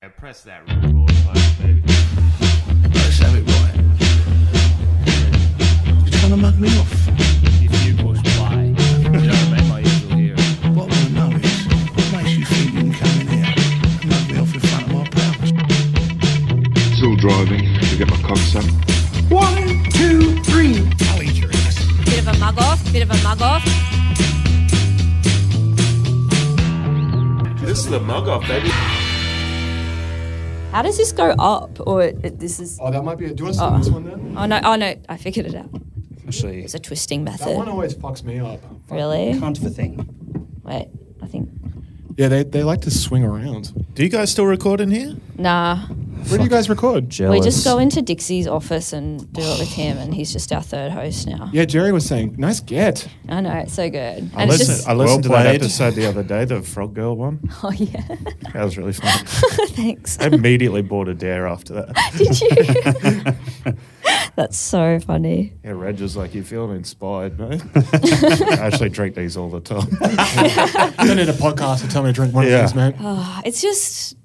Yeah, press that record button, baby. Let's have it right. You're trying to mug me off. If you push play, you know what I mean? My ears will hear. it. What I want to know is what makes you think you can come in here and mug me off in front of my pals? Still driving to get my cocks up. One, two, three. I'll eat your ass. Bit of a mug off, bit of a mug off. This is the mug off, baby. How does this go up? Or it, this is. Oh, that might be. A, do you want to see this one then? Oh no, oh no, I figured it out. See, It's a twisting That one method. always fucks me up. Really? Hunt for thing. Wait, I think. Yeah, they, they like to swing around. Do you guys still record in here? Nah. Where do you guys record? jealous. We just go into Dixie's office and do it with him, and he's just our third host now. Yeah, Jerry was saying, nice get. I know, it's so good. I And it's listened, just. I listened Well to that played. episode the other day, the Frog Girl one. Oh, yeah. That was really fun. Thanks. I immediately bought a dare after that. Did you? That's so funny. Yeah, Reg was like, you feel inspired, mate. I actually drink these all the time. I don't need a podcast to tell me to drink one Yeah. of these, man. Ah, It's just.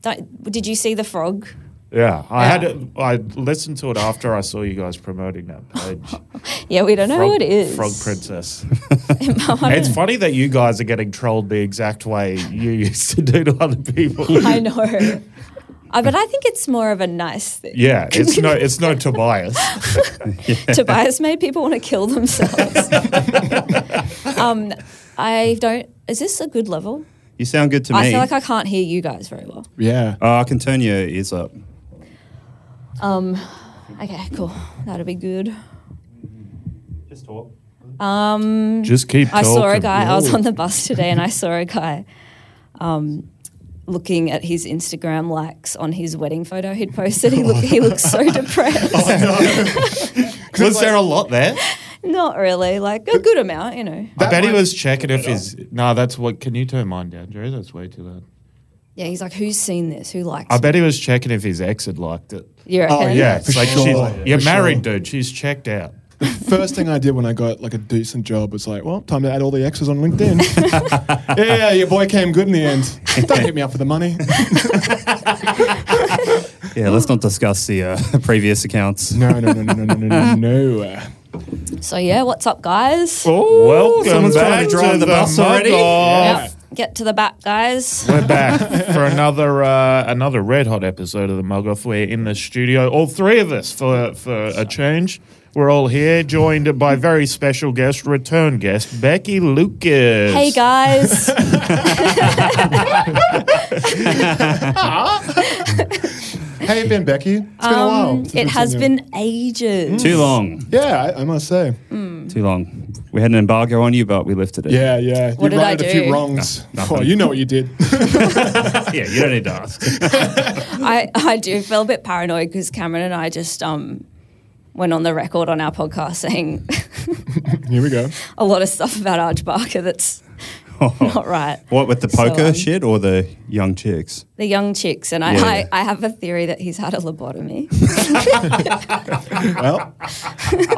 Don't, did you see the frog? yeah, I Yeah. had it, I listened to it after I saw you guys promoting that page. Yeah, we don't know Frog, who it is. Frog Princess. I it's funny that you guys are getting trolled the exact way you used to do to other people. I know. Uh, but I think it's more of a nice thing. Yeah, it's no, it's no Tobias. Tobias made people want to kill themselves. um, I don't. Is this a good level? You sound good to me. I feel like I can't hear you guys very well. Yeah. Oh, I can turn your ears up. Um, okay, cool. That'll be good. Just talk. Um, Just keep. I saw a talking. guy. I was on the bus today, and I saw a guy um, looking at his Instagram likes on his wedding photo he'd posted. He looked. He looked so depressed. Was there a lot there? Not really. Like a good amount, you know. I bet he was checking if his. No, that's what. Can you turn mine down, Jerry? That's way too loud. Yeah, he's like, who's seen this? Who likes? I it? bet he was checking if his ex had liked it. You Oh, reckon? Yeah, Yeah, it's for like sure. she's, Yeah, you're for married, sure. dude. She's checked out. First thing I did when I got like a decent job was like, well, time to add all the X's on LinkedIn. yeah, your boy came good in the end. Don't hit me up for the money. Yeah, let's not discuss the uh, previous accounts. No, no, no, no, no, no, no, no. So yeah, what's up, guys? Welcome someone's trying to drive the bus mug already. off. Yep. Get to the back, guys. We're back for another uh, another red hot episode of the Mug Off. We're in the studio, all three of us for for a change. We're all here, joined by very special guest, return guest Becky Lucas. Hey guys. How you been, Becky? Oh, It's been a while. Um, since it we've has seen you. been ages. Too long. Yeah, I, I must say. Mm. Too long. We had an embargo on you, but we lifted it. Yeah, yeah. What you did I righted a do? few wrongs. nothing. well, you know what you did. yeah. You don't need to ask. I, I do feel a bit paranoid because Cameron and I just um went on the record on our podcast saying Here we go. a lot of stuff about Arch Barker that's not right. What with the So, poker um, shit or the young chicks? The young chicks and I, Yeah. I, I have a theory that he's had a lobotomy. Well,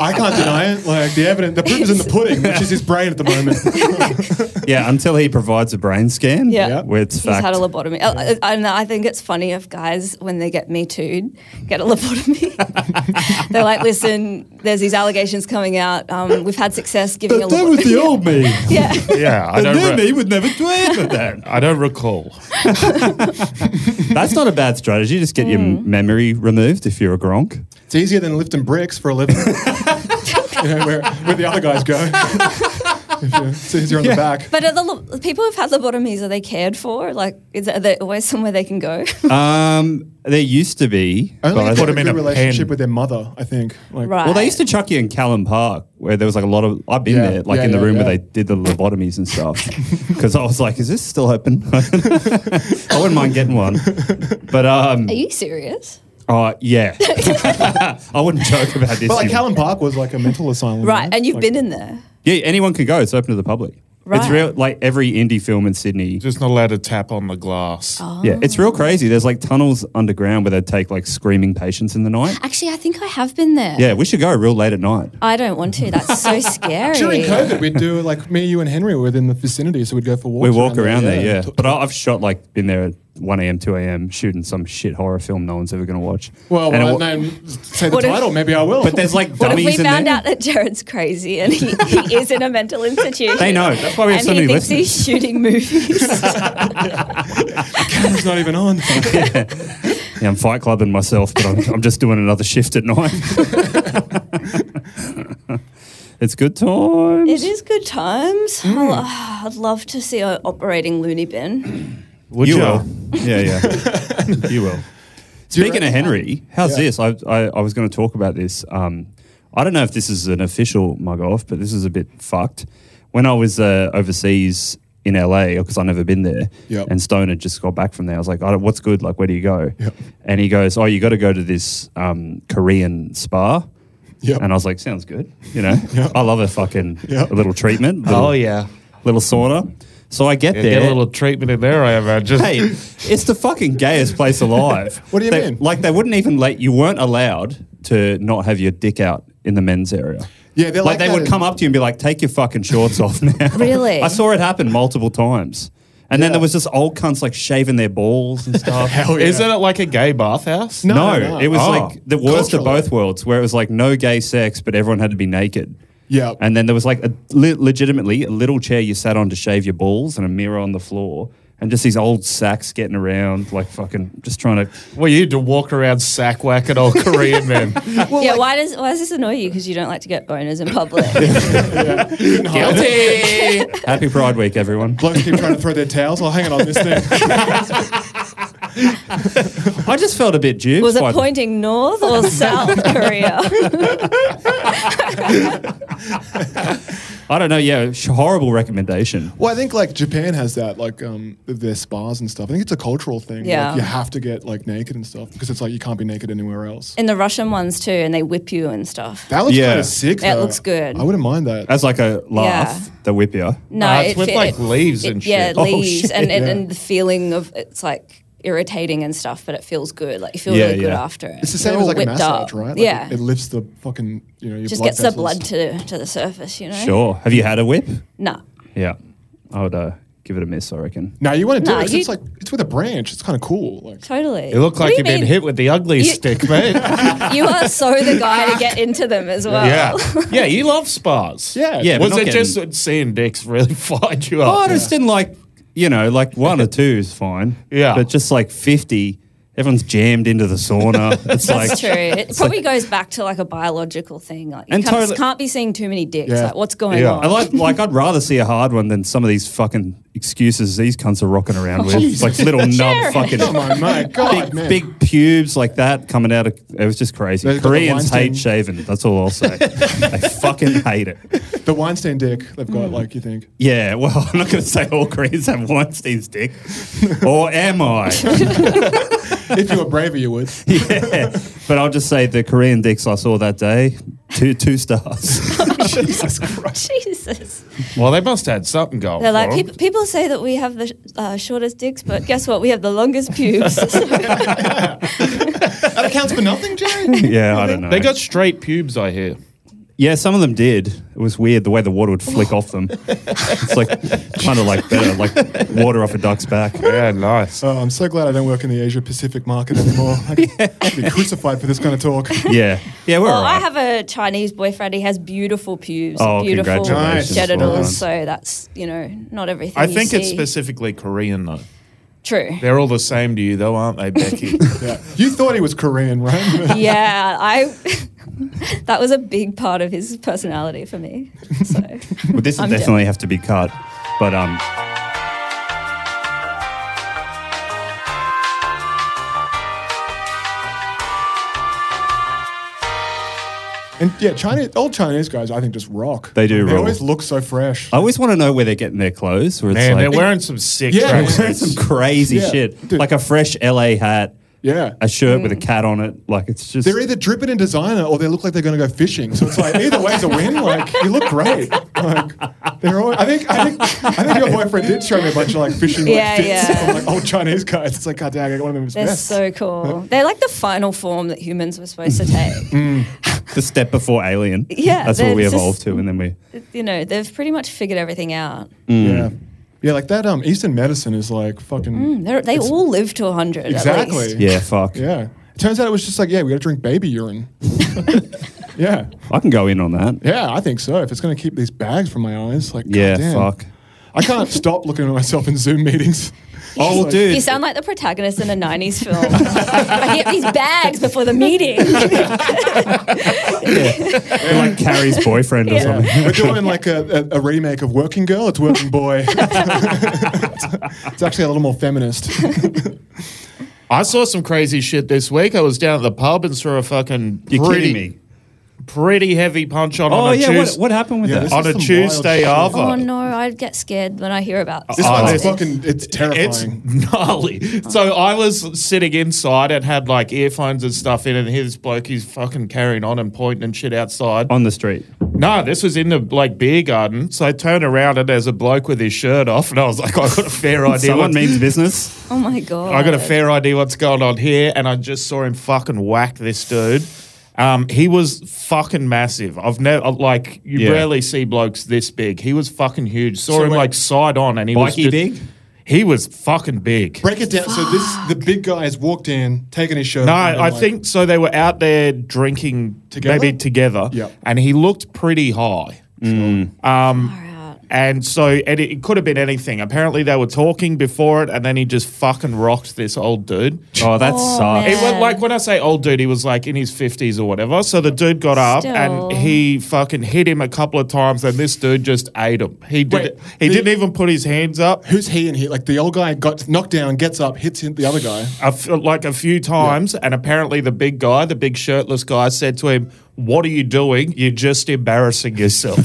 I can't deny it. Like the evidence, the proof is in the pudding, which is his brain at the moment. Yeah, until he provides a brain scan. Yeah. Yeah. where it's He's fact. had a lobotomy. Uh, uh, And I think it's funny if guys, when they get Me Too'd, get a lobotomy. They're like, listen, there's these allegations coming out. Um, we've had success giving a lobotomy. the old me. yeah. Yeah, I don't. re- would never do it with that. I don't recall. That's not a bad strategy. Just get your Mm. memory removed if you're a gronk. It's easier than lifting bricks for a living. you know, where, where the other guys go. If you- it's easier on the back. But are the lo- people who've had lobotomies, are they cared for? Like, is there, are there always somewhere they can go? Um, there used to be. Only but I if they think- have him in good a relationship pen. with their mother, I think. Like, right. Well, they used to chuck you in Callum Park, where there was like a lot of. I've been Yeah, there, like yeah, in the yeah, room yeah. where they did the lobotomies and stuff, because I was like, "Is this still open?" I wouldn't mind getting one, but um, Are you serious? uh, yeah, I wouldn't joke about this. But like either. Callum Park was like a mental asylum. Right. And you've Like, been in there. yeah, anyone can go. It's open to the public. It's Right. real, like every indie film in Sydney. Just not allowed to tap on the glass. Oh. Oh. Yeah, it's real crazy. There's like tunnels underground where they take like screaming patients in the night. Actually, I think I have been there. Yeah, we should go real late at night. I don't want to. That's so scary. During COVID, we'd do like me, you, and Henry were in the vicinity, so we'd go for walks. We walk around there, yeah. T- But I- I've shot like been there 1 a.m., 2 a.m., shooting some shit horror film no one's ever going to watch. Well, And it well wa- name, say the What if- title. maybe I will. But there's like What if dummies we in found there. out that Jared's crazy and he, he is in a mental institution? They know. That's why we have and so he many thinks listeners. he's shooting movies. it's not even on. Yeah, I'm fight clubbing myself, but I'm, I'm just doing another shift at night. it's good times. it is good times. Mm. I'll- I'd love to see an operating loony bin. Would you you? will. yeah, yeah. you will. Speaking of Henry, how's Yeah. this? I, I, I was going to talk about this. Um, I don't know if this is an official mug off, but this is a bit fucked. When I was uh, overseas in LA, because I've never been there, Yep. and Stone had just got back from there, I was like, I don't- what's good? Like, where do you go? Yep. And he goes, Oh, you got to go to this um, Korean spa. Yep. And I was like, sounds good. You know, Yep. I love a fucking Yep. a little treatment. Little, Oh yeah. Little sauna. So I get there Get a little treatment in there, I imagine. hey, it's the fucking gayest place alive. What do you They- mean? Like they wouldn't even let you weren't allowed to not have your dick out in the men's area. Yeah, they're like they that would in- come up to you and be like, "Take your fucking shorts off now." Really? I saw it happen multiple times. And then Yeah. there was just old cunts like shaving their balls and Oh, stuff. Hell yeah. Isn't it like a gay bathhouse? No. No, no. it was Oh. like the worst of Culturally. both worlds, where it was like no gay sex, but everyone had to be naked. Yeah. And then there was like a le- legitimately a little chair you sat on to shave your balls and a mirror on the floor, and just these old sacks getting around, like fucking just trying to. Well, you had to walk around sack whacking old Korean men. yeah, why does why does this annoy you? Because you don't like to get boners in public. Guilty. Happy Pride Week, everyone. Blokes keep trying to throw their towels. I'll hang it on this thing. I just felt a bit juked. Was by it the- pointing north or south Korea? I don't know. Yeah, sh- horrible recommendation. Well, I think like Japan has that, like um, with their spas and stuff. I think it's a cultural thing. Like, Yeah. you have to get like naked and stuff because it's like you can't be naked anywhere else. in the Russian ones too, and they whip you and stuff. That looks Yeah. kind of sick. That though. looks good. I wouldn't mind that. That's like a laugh. Yeah. The whip you. No, Uh, it's it with, fe- like, leaves it- and Yeah, shit. Oh, leaves shit, and, and, yeah. and the feeling of it's like irritating and stuff, but it feels good. Like you feel Yeah, really good yeah. after it. it's the same as They're all like a whipped massage, up. right? Like, yeah, It, it lifts the fucking you know your just blood gets the vessels. blood to to the surface. You know. Sure. Have you had a whip? No. Yeah. I would uh, give it a miss. I reckon. No, you want to do Nah, it. 'cause you- It's like it's with a branch. It's kind of cool. Like Totally. It looked like you you'd been mean? hit with the ugly You- stick, mate. You are so the guy to get into them as well. yeah. Yeah, you love spas. Yeah. Yeah, but Was not it getting- just that seeing dicks really fired you up? Oh, I just didn't like, you know, like one or two is fine. Yeah. But just like 50, everyone's jammed into the sauna. It's like, That's true. It probably goes back to like a biological thing. Like you And can't, totally- can't be seeing too many dicks. Yeah. Like what's going Yeah. I on? like, like, I'd rather see a hard one than some of these fucking excuses these cunts are rocking around with. like little nub Jared. fucking oh my, my god, big, man. big pubes like that coming out of it was just crazy. They've got the Koreans Weinstein- hate shaving. That's all I'll say. they fucking hate it. the Weinstein dick they've Hmm. got. Like you think. Yeah, well, I'm not going to say all Koreans have Weinstein's dick, or am I? if you were braver, you would. yeah. But I'll just say the Korean dicks I saw that day, two two stars. Jesus Christ. Jesus. Well, they must have had something going. They're like, for 'em. people, people say that we have the sh- uh, shortest dicks, but guess what? We have the longest pubes. That accounts for nothing, Jerry. yeah, I don't know. They got straight pubes, I hear. yeah, some of them did. It was weird the way the water would flick off them. It's like kind of like better, like water off a duck's back. Yeah, nice. Oh, I'm so glad I don't work in the Asia Pacific market anymore. I could I'd be crucified for this kind of talk. Yeah, yeah, we're well, all right. I have a Chinese boyfriend. He has beautiful pubes, Oh, beautiful congratulations. Nice. genitals. Well done. So that's, you know, not everything. I you think it's see. specifically Korean, though. True. They're all the same to you, though, aren't they, Becky? Yeah. You thought he was Korean, right? yeah, I. that was a big part of his personality for me. So Well, this will I'm definitely have to be cut, but um. and yeah, Chinese, old Chinese guys, I think just rock. They do They rule. always look so fresh. I always want to know where they're getting their clothes. Where it's Man, like, they're wearing some sick Yeah. they're dresses. wearing some crazy Yeah, shit, dude. like a fresh LA hat, yeah. a shirt Mm. with a cat on it. Like it's just They're either dripping in designer or they look like they're going to go fishing. So it's like either way's a win. Like you look great. Like they're all. I think. I think. I think your boyfriend did show me a bunch of like fishing like, Yeah, fits yeah. of, like old Chinese guys. It's like God dang, I got one of them. is they're best. so cool. They're like the final form that humans were supposed to take. the step before Alien. Yeah, that's what they're we just- evolved to, and then we Mm. you know, they've pretty much figured everything out. yeah. Yeah, like that um, Eastern medicine is like fucking. Mm, They're, they all live to 100. at Exactly. least. Yeah, fuck. Yeah. It turns out it was just like, yeah, we got to drink baby urine. yeah. I can go in on that. Yeah, I think so. If it's going to keep these bags from my eyes, like, Yeah, goddamn. fuck. I can't stop looking at myself in Zoom meetings. Oh, well, dude. You sound like the protagonist in a 90s film. I get these bags before the meeting. Oh, You're like Carrie's boyfriend or something. We're doing like a, a, a remake of Working Girl. It's Working Boy. it's actually a little more feminist. I saw some crazy shit this week. I was down at the pub and saw a fucking You're pretty, kidding me. pretty heavy punch on Oh, on a yeah. What, Tuesday. what happened with Yeah, that? this on is a some Tuesday wild off. shit. oh no, I'd get scared when I hear about This Uh, Oh, it's- one's fucking, it's It's terrifying. gnarly. So I was sitting inside and had like earphones and stuff in, and here's bloke he's fucking carrying on and pointing and shit outside. On the street. No, this was in the like beer garden. So I turn around and there's a bloke with his shirt off, and I was like, I got a fair idea. Someone what's, means business. Oh my God. I got a fair idea what's going on here, and I just saw him fucking whack this dude. Um, he was fucking massive. I've never like you Yeah. rarely see blokes this big. He was fucking huge. Saw So him wait- like side on, and he was Bikey just- big? He was fucking big. Break it down. So this, the big guy has walked in, taken his shirt No, off. and been I like- think so. They were out there drinking Together? maybe together, Yeah. and he looked pretty high. Um, and so and it, it could have been anything. Apparently, they were talking before it, and then he just fucking rocked this old dude. Oh, that Oh, sucks. It was Man. like when I say old dude, he was like in his fifties or whatever. So the dude got up and Still. he fucking hit him a couple of times, and this dude just ate him. He did. Wait, not he the- didn't even put his hands up. Who's he in here? Like the old guy got knocked down, gets up, hits him, the other guy. a f- like a few times, and apparently the big guy, the big shirtless guy, said to him, "What are you doing? You're just embarrassing yourself."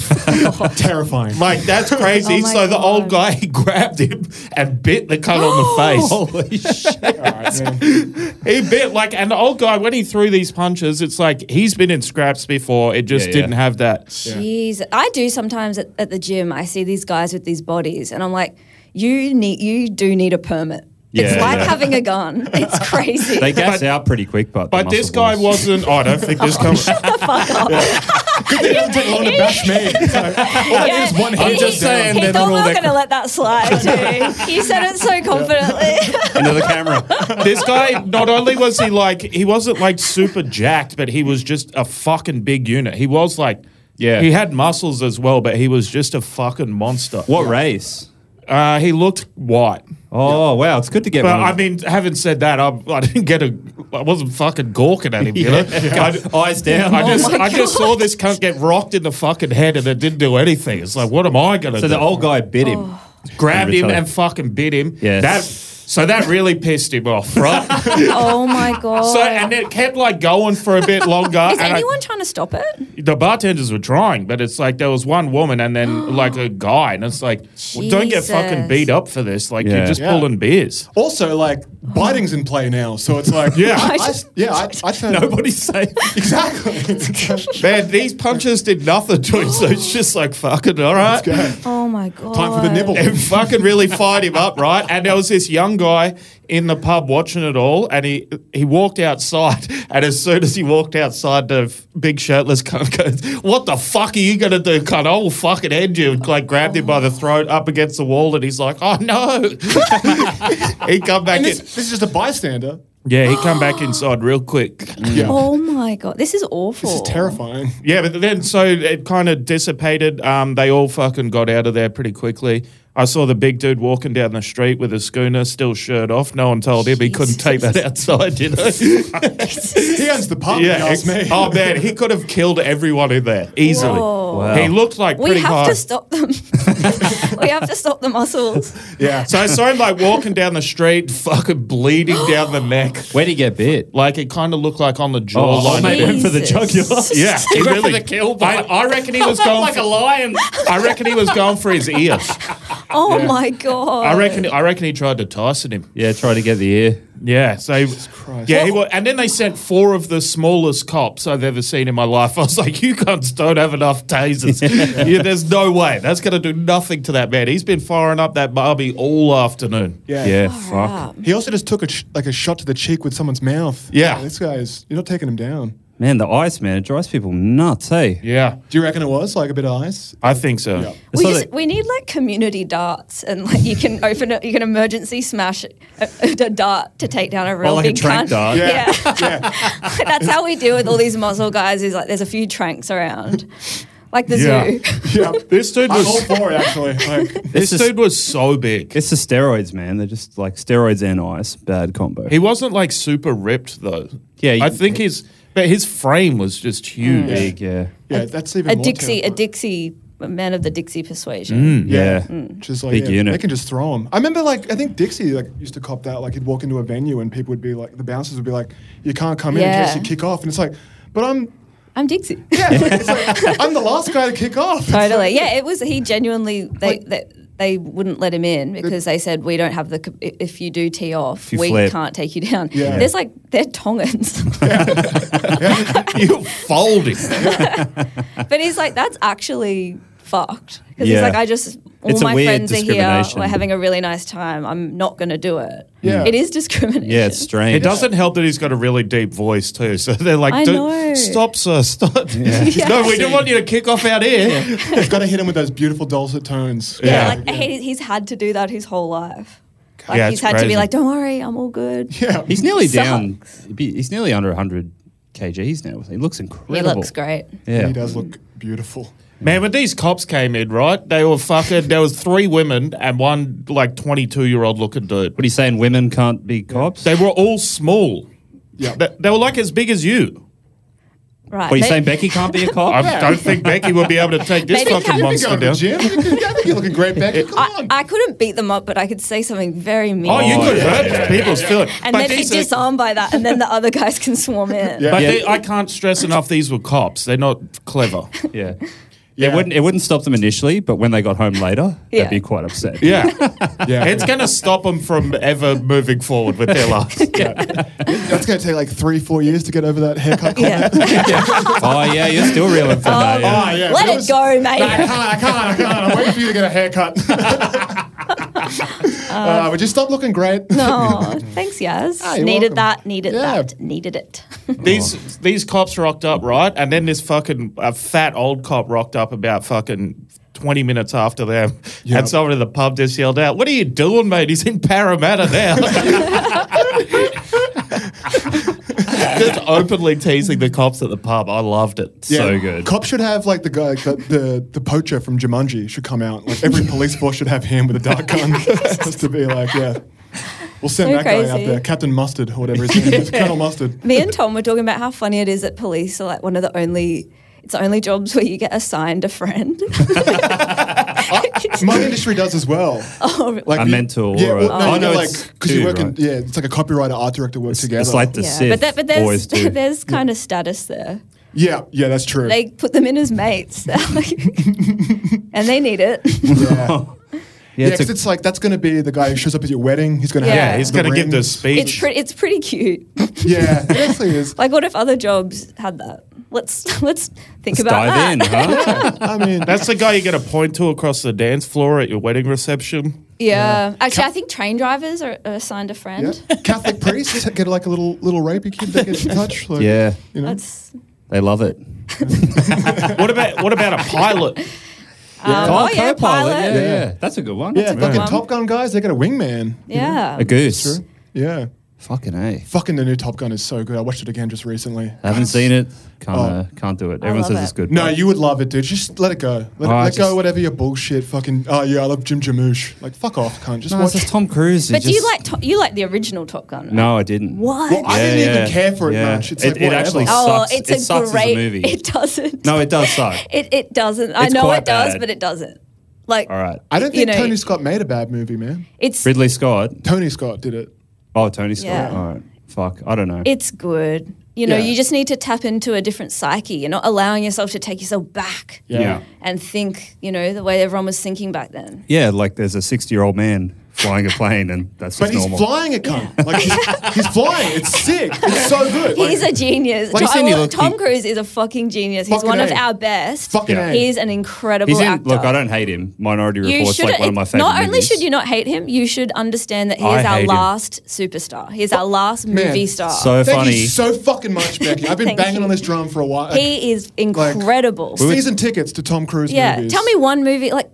Terrifying. like that's crazy. Oh my so the old God. guy he grabbed him and bit the cunt on the face. All right, man. He bit like, and the old guy when he threw these punches, it's like he's been in scraps before. It just Yeah, yeah. didn't have that. Jeez, I do sometimes at, at the gym. I see these guys with these bodies, and I'm like, you need, you do need a permit. it's Yeah, like yeah. having a gun. It's crazy. They gas out pretty quick, but the But this muscle guy boys- wasn't. I don't think this comes. Good thing it doesn't take long to bash me. It's like, all I need is one He- hit. just saying he they're thought not we all were that going to let that slide too. You said it so confidently. into the camera. this guy not only was he like he wasn't like super jacked, but he was just a fucking big unit. He was like Yeah. he had muscles as well, but he was just a fucking monster. What race? Uh, he looked white. Oh wow, it's good to get. But one of I mean, having said that, I, I didn't get a. I wasn't fucking gawking at him. You know? I, eyes down. I just, I just saw this cunt get rocked in the fucking head, and it didn't do anything. It's like, what am I gonna do? so the old guy bit him. Oh. grabbed him Retarded. and fucking bit him. Yes. That so that really pissed him off, right? oh my god! So and it kept like going for a bit longer. is and I- anyone trying to stop it? the bartenders were trying, but it's like there was one woman and then like a guy, and it's like, well, don't get Jesus. fucking beat up for this. Like Yeah. you're just Yeah. pulling beers. Also, like biting's in play now, so it's like Yeah. I, I- yeah, I, I turned, Nobody's safe. exactly. Man, these punches did nothing to him, so it's just like fucking all right. Oh my god! Time for the nibble. It fucking really fired him up, right? And there was this young guy in the pub watching it all, and he he walked outside, and as soon as he walked outside, the f- big shirtless cunt goes, "What the fuck are you gonna do, cunt? I will fucking end you!" And, Like grabbed him by the throat up against the wall, and he's like, "Oh no!" he come back And this, in. this is just a bystander. Yeah, he come back inside real quick. Yeah, Oh my god! This is awful. this is terrifying. Yeah, but then so it kind of dissipated. Um, they all fucking got out of there pretty quickly. I saw the big dude walking down the street with a schooner, still shirt off. No one told him he couldn't take that outside, you know? He owns the pub. Yeah, yeah. asked me. Oh, man, he could have killed everyone in there easily. Whoa. Wow. He looked like Oh. We pretty have hard. to stop them. we have to stop the muscles. yeah. So I saw him like walking down the street, fucking bleeding down the neck. Where'd he get bit? Like it kind of looked like on the jaw. Oh, like line. maybe went for the Jesus. jugular. Yeah, he went for really. the kill I, I reckon he was going like a lion. I reckon he was going for his ear. Oh my god! I reckon. I reckon he tried to Tyson him. Yeah, try to get the ear. Yeah. So, yeah, he was, and then they sent four of the smallest cops I've ever seen in my life. I was like, you guns don't have enough tasers. yeah, there's no way that's going to do nothing to that man. He's been firing up that Barbie all afternoon. yeah, Yeah, Crap. fuck. He also just took a sh- like a shot to the cheek with someone's mouth. Yeah. this guy is. You're not taking him down. Man, the ice, man, it drives people nuts, hey? Yeah, Do you reckon it was like a bit of ice? I think so. Yeah. It's We, not just, that- we need like community darts, and like you can open it, you can emergency smash a, a dart to take down a real like a big trank cunt. dart. Yeah. that's how we deal with all these muzzle guys. Is like there's a few tranks around, like the Yeah. zoo. Yeah. This dude I'm all was for it actually. Like, this It's just- dude was so big. It's the steroids, man. They're just like steroids and ice, bad combo. He wasn't like super ripped though. Yeah, you- I think his but his frame was just huge. big, yeah. yeah, that's even a more Dixie, a terrifying. Dixie, a man of the Dixie persuasion. Yeah. Mm. Just like Big yeah, unit. they can just throw them. I remember like I think Dixie like used to cop that. Like he'd walk into a venue and people would be like the bouncers would be like, "You can't come in in Yeah. case you kick off," and it's like, "But I'm I'm Dixie. yeah, it's like, it's like, I'm the last guy to kick off." It's Totally. like- Yeah, it was. He genuinely they they, they wouldn't let him in because they said we don't have the cap- i- if you do tee off, you we flip." can't take you down. Yeah. There's like they're Tongans, you fold him. but he's like that's actually fucked because Yeah. he's like I just. All It's a my weird friends are here. discrimination. We're having a really nice time. I'm not going to do it. Yeah. It is discrimination. Yeah, it's strange. It doesn't help that he's got a really deep voice too. So they're like, I "Dude, know. stop, sir, stop. Yeah. No, we don't want you to kick off out here. You've got to hit him with those beautiful dulcet tones. Yeah, Yeah. like He, he's had to do that his whole life. Like Yeah, he's it's had to crazy. be like, don't worry, I'm all good. Yeah. He's nearly Sucks. down. he'd be- He's nearly under 100 kgs now. He looks incredible. He looks great. Yeah. He does look beautiful. Man, when these cops came in, right? They were fucking. There was three women and one like twenty-two-year-old looking dude. What are you saying? Women can't be cops? They were all small. Yeah. They, they were like as big as you. Right. what are you They- saying? Becky can't be a I cop? don't think Becky would be able to take this Maybe fucking Captain You monster can go to the down. gym. You can- I think you're looking great, Becky. Come I, on. I couldn't beat them up, but I could say something very mean. Oh, you could hurt people's feelings. and But then be these are- disarmed by that, and then the other guys can swarm in. Yeah. But they- I can't stress enough. These were cops. They're not clever. Yeah. yeah. It wouldn't, it wouldn't stop them initially, but when they got home later, Yeah. they'd be quite upset. Yeah, Yeah. it's going to stop them from ever moving forward with their lives. That's going to take like three, four years to get over that haircut. Yeah. oh, yeah, you're still reeling Oh. from that. Yeah. Ah, yeah, Let but it go, mate. I can't, I can't. I'm waiting for you to get a haircut. uh, would you stop looking great? No, thanks, Yaz. Ah, you're needed welcome. that. Needed Yeah. that. Needed it. These these cops rocked up, right? And then this fucking a fat old cop rocked up about fucking twenty minutes after them, and someone in the pub just yelled out, "What are you doing, mate? He's in Parramatta now." just openly teasing the cops at the pub. I loved it. So Yeah. good. Cops should have like the guy, the, the the poacher from Jumanji should come out. Like every police force should have him with a dark gun, just to be like, yeah, we'll send So that guy out crazy. there, Captain Mustard or whatever his name is, Colonel Mustard. Me and Tom were talking about how funny it is that police are like one of the only. It's the only jobs where you get assigned a friend. My industry does as well. oh, Like A you- mentor Yeah, or a- well, no, Oh, you no, get, it's like because you two, work in right? yeah, it's like a copyright art director work together. It's like the yeah. Sith But, that, but always there's, do. there's kind of status there. yeah, yeah, that's true. They put them in as mates, and they need it. yeah. yeah, Yeah, it's 'cause a- it's like that's going to be the guy who shows up at your wedding. He's going to Yeah. have Yeah, he's the going to give ring. the speech. It's pre- it's pretty cute. Yeah, it actually is. Like, what if other jobs had that? Let's let's think let's about dive that. in, huh? I mean, That's the guy you're going to point to across the dance floor at your wedding reception. Yeah. Actually, I think train drivers are, are assigned a yeah. friend. Catholic priests get like a little little rapey kid that gets in touch. Like, yeah, you know, That's they love it. What about what about a pilot? um, oh, yeah, co-pilot, pilot. Yeah, Yeah. yeah, that's a good one. yeah, That's a good fucking one. Top Gun guys, they get a wingman. A goose. Yeah, Fucking a. fucking the new Top Gun is so good. I watched it again just recently. Haven't seen it. Can't uh, can't do it. Everyone love says it's it. good. Oh. No, you would love it, dude. Just let it go. Let, it- Oh, I let just- go whatever your bullshit. Fucking oh yeah, I love Jim Jarmusch. Like fuck off, cunt. Just no, it's watch. just Oh, Tom Cruise. He But do you just- like to- you like the original Top Gun? right? No, I didn't. What? well, I Yeah, didn't yeah. even care for it Yeah. much. It's It- like, it whatever. actually oh, sucks. it's It a sucks as a great. movie. It doesn't. No, it does suck. It it doesn't. I It's know quite it does, bad. but it doesn't. Like, All right. I don't you think know, Tony Scott made a bad movie, man. it's Ridley Scott. Tony Scott did it. Oh, Tony Scott. Yeah. All right. Fuck. I don't know. it's good. You know, Yeah. you just need to tap into a different psyche. You're not allowing yourself to take yourself back yeah. and think, you know, the way everyone was thinking back then. Yeah, like there's a 60 year old man flying a plane, and that's But just he's normal. flying a cunt. Like he's, he's flying. It's sick. It's so good. Like, He's a genius. Like, Tom, Cindy, well, look, Tom he- Cruise is a fucking genius. He's Fucking one of A. our best. Fucking A. He's an incredible He's in. actor. Look, I don't hate him. Minority You Report's should like one of my favorite. not only movies. should you not hate him, you should understand that he I is our hate him. last superstar. He is our last Man. movie star. So Thank funny. you so fucking much, Becky. I've been Thank banging you. on this drum for a while. he is incredible. Season tickets to Tom Cruise yeah, movies. tell me one movie like.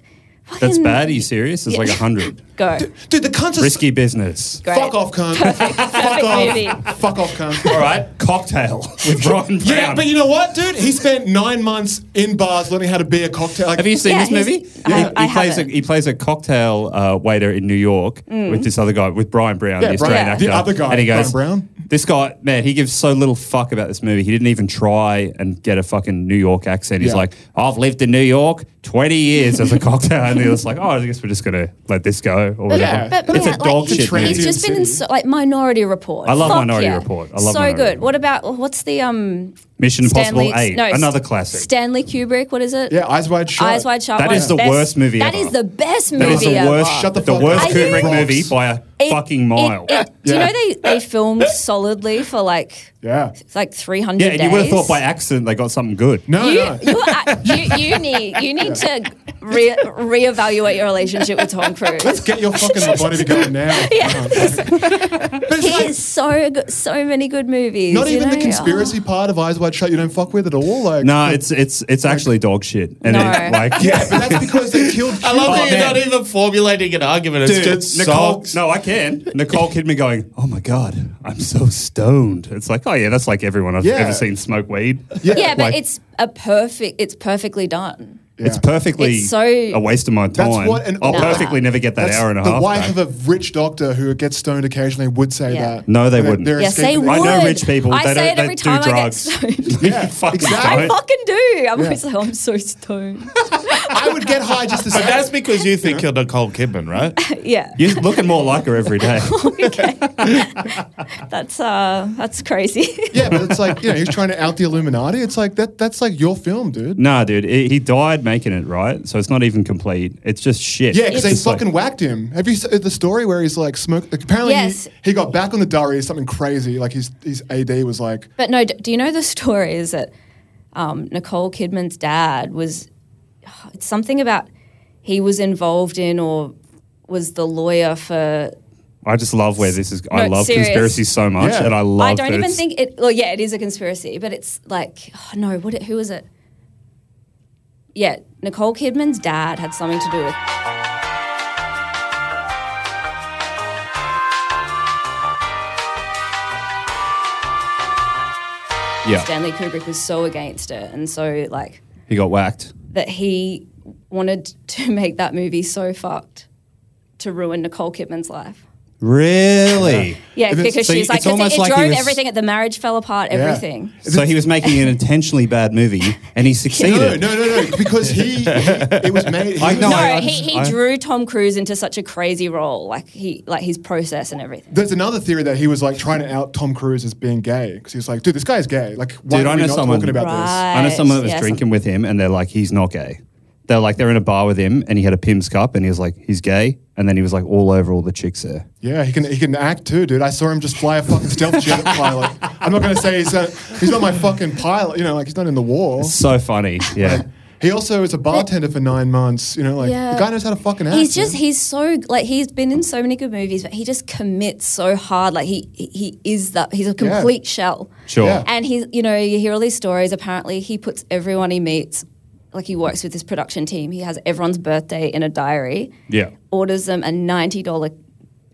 that's fucking- bad. Are you serious? It's like a hundred. Go. Dude, the cunts are Risky business. Great. Fuck off, cunt. Fuck Perfect off. movie. Fuck off, cunt. All right, cocktail with Ron Brown. Yeah, but you know what, dude? He spent nine months in bars learning how to be a cocktail. Like, Have you seen Yeah, this he's- movie? I- he, I he plays a, haven't. he plays a cocktail uh, waiter in New York with this other guy with Brian Brown, Yeah, the Brian- Australian yeah. actor. The other guy, and he Brian goes, Brown? This guy, man, he gives so little fuck about this movie. He didn't even try and get a fucking New York accent. He's Yeah. like, I've lived in New York twenty years as a cocktail, and he was like, Oh, I guess we're just gonna let this go or whatever. yeah. But it's man, a dog like, shit. transient He's movie. just been in city. so, like Minority Report. I love Fuck Minority yeah. Report. I love so Minority good. Report. What about what's the um Mission Stanley? Impossible Eight, no, another S- classic. Stanley Kubrick. What is it? yeah, eyes wide shut. Eyes Wide Shut. That one is of the worst movie That ever. is the best that movie. uh, is the ever. worst. Shut the the fuck worst up. Kubrick Are you- movie by a It- fucking it- mile. it- Do you Yeah. know they, they filmed solidly for like Yeah. it's like three hundred yeah, days? and you would have thought by accident they got something good. No, You, no. you, uh, you, you need you need to re- reevaluate your relationship with Tom Cruise. Let's get your fucking Lobody going now. Yeah. But it's He like, is so good, so many good movies. not you even the know? conspiracy part of Eyes Wide Shut you don't fuck with at all. Like, No, it's it's it's actually dog shit, and No. it, like yeah. But that's because they killed I love Oh, that you're man. not even formulating an argument. It's just Nicole, socks. no, I can. Nicole Kidman going, oh my god, I'm so stoned. It's like, oh yeah, that's like everyone I've Yeah. ever seen smoke weed. Yeah, but Like, it's a perfect. It's perfectly done. it's Yeah. perfectly It's so- a waste of my time. That's what an- I'll Nah. perfectly never get that That's hour and a the half. wife back. of a rich doctor who gets stoned occasionally would say Yeah. that. No, they And they're- wouldn't. they're Yes, they escaping would. the- I know rich people. I say they don't, it they every do time I get drugs. stoned. Yeah, fucking exactly. I Right. fucking do. I'm Yeah. always like, oh, I'm so stoned. I would get high just to say But that's because you think you're Nicole Kidman, right? yeah, You're looking more like her every day. that's uh, that's crazy. Yeah, but it's like, you know, he's trying to out the Illuminati. It's like that that's like your film, dude. nah, dude, he he died making it right, so it's not even complete. It's just shit. Yeah, because they It's like- fucking whacked him. Have you seen the story where he's like smoked? Apparently, Yes. he, he got back on the diary something crazy. Like his his AD was like, But no, d- do you know the story is that um, Nicole Kidman's dad was it's something about he was involved in or was the lawyer for I just love where this is. I No, love serious. conspiracy so much, Yeah. and I love. I don't that even it's- think it well yeah it is a conspiracy but it's like oh no what it, who was it yeah Nicole Kidman's dad had something to do with Yeah, Stanley Kubrick was so against it and so like he got whacked. that he wanted to make that movie so fucked to ruin Nicole Kidman's life Really? Yeah, If it's- because so she's it's like, 'cause almost it, it like he drove was- everything. The marriage fell apart. Everything. So he was making an intentionally bad movie, and he no, succeeded. no, no, no, because he, he it was made. He I was- know. No, I- I he, just- he I- drew Tom Cruise into such a crazy role, like he like his process and everything. There's another theory that he was like trying to out Tom Cruise as being gay because he was like, dude, this guy's gay. Like, why Dude, are I we know not someone- talking about this? I know someone that was Yeah, drinking some- with him, and they're like, he's not gay. They're like, they're in a bar with him, and he had a Pim's cup, and he was like, he's gay, and then he was like all over all the chicks there. Yeah, he can he can act too, dude. I saw him just fly a fucking stealth jet pilot. I'm not gonna say he's uh, he's not my fucking pilot. You know, like he's not in the war. So funny, yeah. He also is a bartender for nine months. You know, like Yeah. the guy knows how to fucking act. He's just man. he's so like he's been in so many good movies, but he just commits so hard. Like he he he is that he's a complete shell. Sure. Yeah. And he's, you know, you hear all these stories. Apparently, he puts everyone he meets, like he works with his production team. He has everyone's birthday in a diary. Yeah. Orders them a ninety dollar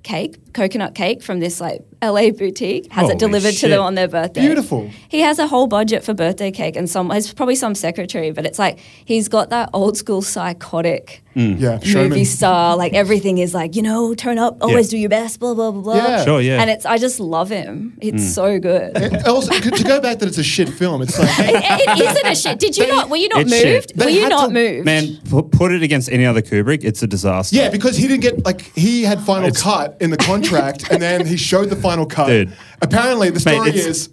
cake, coconut cake from this like LA boutique. Has Holy it delivered to shit. them on their birthday. Beautiful. He has a whole budget for birthday cake, and some it's probably some secretary, but it's like he's got that old school psychotic yeah, movie Mm. showman. star. Like everything is like you know, turn up, always do your best, blah blah blah blah. Yeah. Mm. Sure, yeah. And it's I just love him. It's so good. also, c- to go back that it's a shit film, it's like hey, it, it isn't a shit. Did you not? Were you not It's moved? shit. They Were you had not to- moved? Man, pu- put it against any other Kubrick, it's a disaster. yeah, because he didn't get like he had final cut in the contract, and then he showed the final cut. Dude. Apparently, the Mate, story it's- is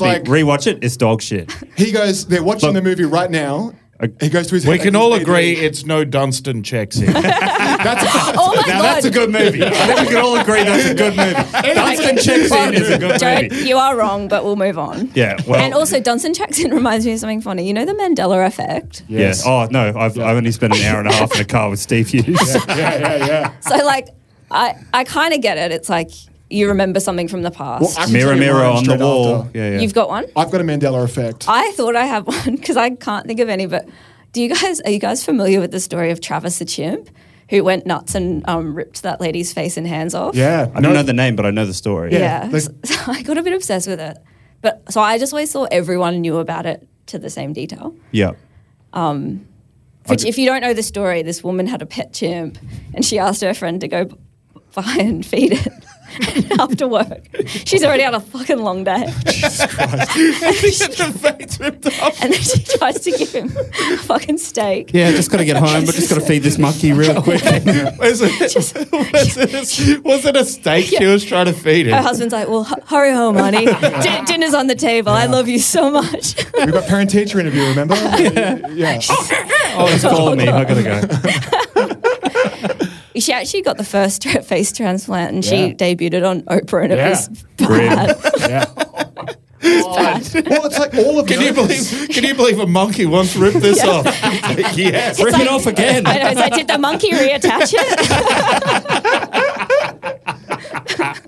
he's me, like rewatch it. It's dog shit. he goes, they're watching Look. uh, the movie right now. a, He goes to his. We can all agree it's no Dunstan checks in. Oh my now god! that's a good movie. I think we can all agree that's a good movie. Dunstan checks in is a good Don't, movie. you are wrong, but we'll move on. Yeah, well- and also Dunson Jackson reminds me of something funny. You know the Mandela effect. Yes. Oh no, I've, I've only spent an hour and a half in a car with Steve Hughes. So like, I I kind of get it. It's like you remember something from the Well, past. I- mirror, Tell you mirror mine on the straight wall. after. Yeah, yeah. You've got one. I've got a Mandela effect. I thought I had one because I can't think of any. But do you guys are you guys familiar with the story of Travis the chimp who went nuts and um, ripped that lady's face and hands off? yeah. I don't know the name, but I know the story. Yeah. like- so, so I got a bit obsessed with it. But so I just always thought everyone knew about it to the same detail. Yeah. Which, if you don't know the story, this woman had a pet chimp and she asked her friend to go b- buy and feed it. after work, she's already had a fucking long day, and then she tries to give him a fucking steak. Yeah, just got to get home, but just got to feed this monkey real quick. was, it, was, it, was it a steak she was trying to feed Her him? husband's like, "Well, hu- hurry home, honey. Din- dinner's on the table. I love you so much." We've got parent teacher interview, remember? yeah. Oh, it's calling me. I gotta go. she actually got the first tra- face transplant, and Yeah. she debuted it on Oprah, and it Yeah. was Grim. Well, it's like all of Can you believe? Can you believe a monkey once ripped this off? Like, yes. Rip it off again. I know. It's like, did the monkey reattach it?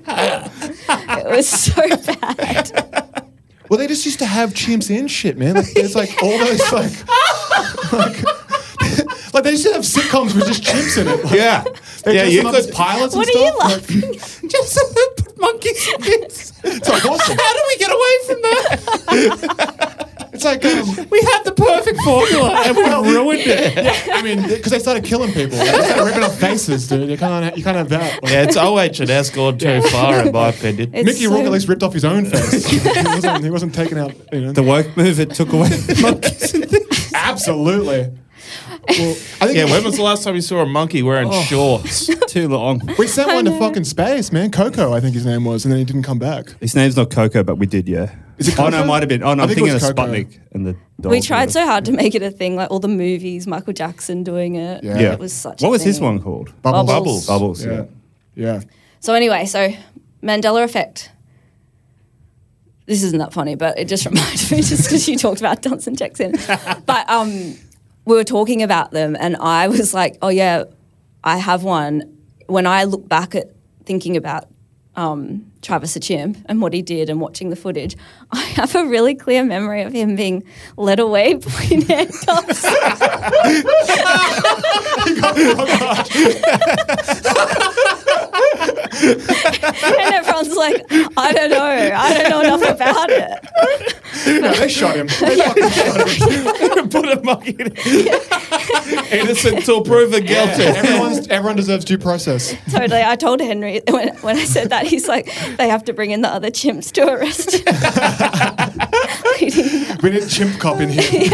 it was so bad. Well, they just used to have chimps in shit, man. Like, there's like all those like, like, like they used to have sitcoms with just chimps in it. Like, Yeah. They Yeah, dress you them up could- as pilots What and are you stuff. laughing? just put monkeys in this. It's like awesome. How do we get away from that? It's like um, We had the perfect formula and we ruined it. I mean, because they started killing people. Like, they started ripping off faces, dude. You can't, you can't have that. Like, Yeah, it's OH&S gone too far, in my opinion. It's Mickey so- Rourke at least ripped off his own face. he, wasn't, he wasn't taken out. You know. The woke move, it took away the monkeys in this. Absolutely. Well, I think Yeah, when was the last time you saw a monkey wearing shorts? Too long. we sent one to fucking space, man. Coco, I think his name was, and then he didn't come back. His name's not Coco, but we did, yeah. Is it Oh no, Coco? it might have been. Oh no, I I'm think it thinking of was Coco. Sputnik and the dog. We tried so hard to make it a thing, like all the movies, Michael Jackson doing it. Yeah. Yeah. It was such what a was his thing. one called? Bubbles. Bubbles. Bubbles. Yeah. Yeah. Yeah. So anyway, so Mandela effect. This isn't that funny, but it just reminded me just because you talked about Dunson Jackson. But um, we were talking about them, and I was like, "Oh yeah, I have one." When I look back at thinking about um, Travis the Chimp and what he did and watching the footage, I have a really clear memory of him being led away between handcuffs. and everyone's like, I don't know. I don't know enough about it. No, they shot him. They fucking shot him. Put a monkey in it. Innocent till proven guilty. Everyone's, everyone deserves due process. Totally. I told Henry when, when I said that, he's like, they have to bring in the other chimps to arrest him. We need Chimp Cop in here.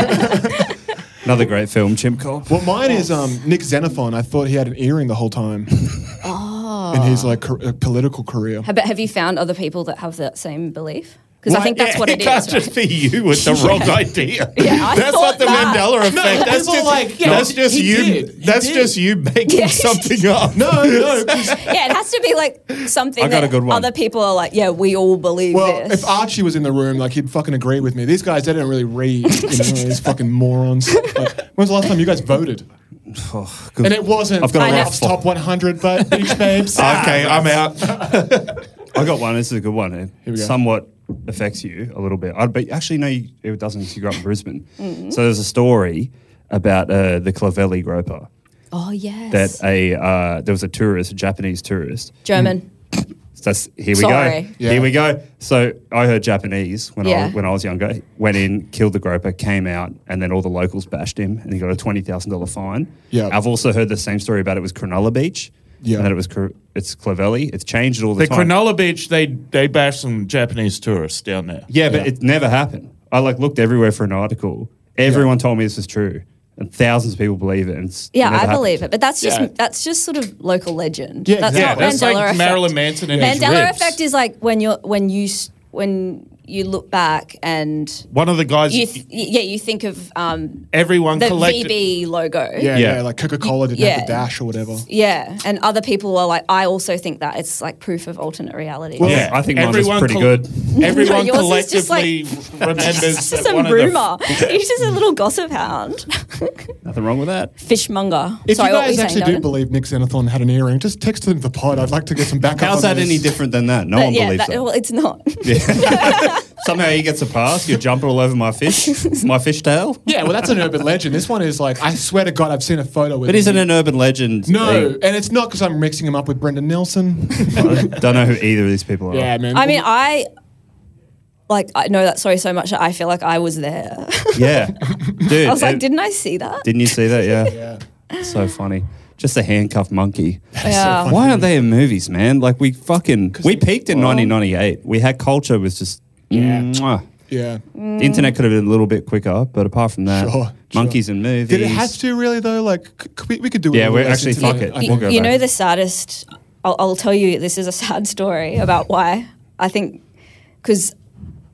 Another great film, Chimp Cop. Well, mine is um, Nick Xenophon. I thought he had an earring the whole time in his like car- uh, political career. but Oh. have you found other people that have that same belief? Because I think that's yeah, what it it is. can't just be you with the wrong idea. Yeah, I that's thought not the that. Mandela effect. that's people just like, yeah, that's he- just he you. did. He That's did. just you making Yeah. something up. No, no. 'cause- Yeah, it has to be like something I got a that good one. other people are like, yeah, we all believe Well, this. if Archie was in the room, like he'd fucking agree with me. These guys, they don't really read. You know, these fucking morons. Like, when was the last time you guys voted? good- and it wasn't I've got a Ralph's mouthful. top 100, but beach babes. Okay, Ah, I'm out. I got one. This is a good one. we go. It somewhat affects you a little bit. I, but actually, no, you, it doesn't. 'cause You grew up in Brisbane. So there's a story about uh, the Clavelli groper oh, yes. that a uh, there was a tourist, a Japanese tourist. German. So that's, here we Sorry. go. Yeah. Here we go. So I heard Japanese when Yeah. I when I was younger. Went in, killed the groper, came out, and then all the locals bashed him, and he got a twenty thousand dollar fine. Yeah. I've also heard the same story about it was Cronulla Beach. Yeah. and that it was Cr- it's Clavelli. It's changed all the, The time. Cronulla Beach, they they bash some Japanese tourists down there. Yeah, but it never happened. I like looked everywhere for an article. Everyone told me this was true, and thousands of people believe it. And it's Yeah, never I happened. believe it, but that's just Yeah. that's just sort of local legend. Yeah, that's exactly. not Yeah, that's Mandela like effect. Marilyn Manson and his Mandela ribs. effect is like when you're when you s- when you look back and One of the guys, you th- yeah you think of um, everyone the collected. VB logo. Yeah, Yeah. yeah, like Coca Cola didn't have Yeah. the dash or whatever. Yeah, and other people are like, I also think that it's like proof of alternate reality. Yeah, I think mine was pretty good. Everyone Yours is just collectively remembers It's that just a one of the- rumor. He's just a little gossip hound, Nothing wrong with that. fishmonger. If Sorry, you what were guys saying, actually do Daniel? believe Nick Xenathon had an earring, just text in the pod. I'd like to get some backup. How's on that this. any different than that? No But one Uh, yeah, believes that, that. well, it's not. Somehow he gets a pass. You're jumping all over my fish, my fish tail. Yeah, well, that's an urban legend. This one is like, I swear to God, I've seen a photo with. But isn't him. an urban legend? No, thing. and it's not because I'm mixing him up with Brendan Nelson. I don't know who either of these people are. yeah, man. I mean, I like I know that story so much that I feel like I was there. yeah, dude. I was it- like, didn't I see that? didn't you see that? Yeah, yeah. so funny. Just a handcuffed monkey. yeah. Why aren't they in movies, man? Like we fucking we peaked in 1998. We had culture was just Yeah. mwah. Yeah. The internet could have been a little bit quicker, but apart from that, Sure, monkeys in movies. Did it have to really though? Like, c- c- we, we could do. Yeah, all we're this actually- together. fuck it. I We'll think- go you know back. the saddest I'll, I'll tell you this is a sad story about why i think because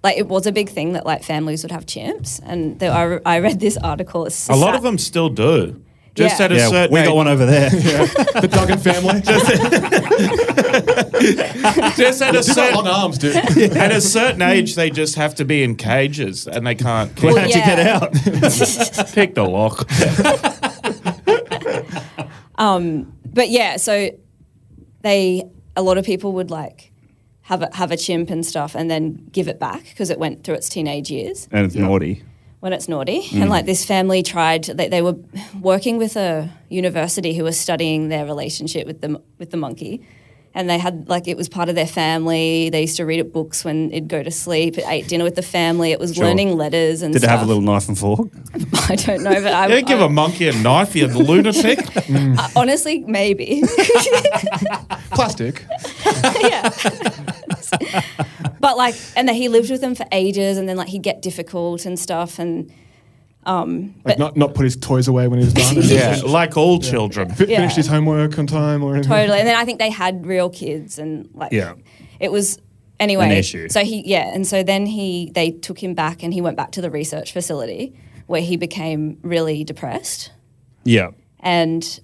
like it was a big thing that like families would have chimps and there, I, I read this article it's A lot sad- of them still do. Just Yeah. at a Yeah, certain we got age- one over there. the Duggan family. Just at a Just got long certain arms, dude. at a certain age, they just have to be in cages and they can't click. Well, yeah. get out. pick the lock. but yeah so they a lot of people would like have a, have a chimp and stuff and then give it back because it went through its teenage years And it's naughty. when it's naughty. Mm. And like this family tried, they, they were working with a university who was studying their relationship with the m- with the monkey, and they had like it was part of their family. They used to read it books when it'd go to sleep. It ate dinner with the family. It was learning letters and Did it stuff. have a little knife and fork? I don't know, but I, They give I- a monkey a knife, you lunatic. I- honestly maybe. Plastic. yeah. but like, and then he lived with them for ages, and then like he'd get difficult and stuff, and Like, not not put his toys away when he was done. and yeah, like all children. fi- Yeah. Finished his homework on time or anything. totally. And then I think they had real kids, and like, Yeah. it was anyway. An issue. So he, yeah, and so then he, they took him back, and he went back to the research facility where he became really depressed, Yeah. and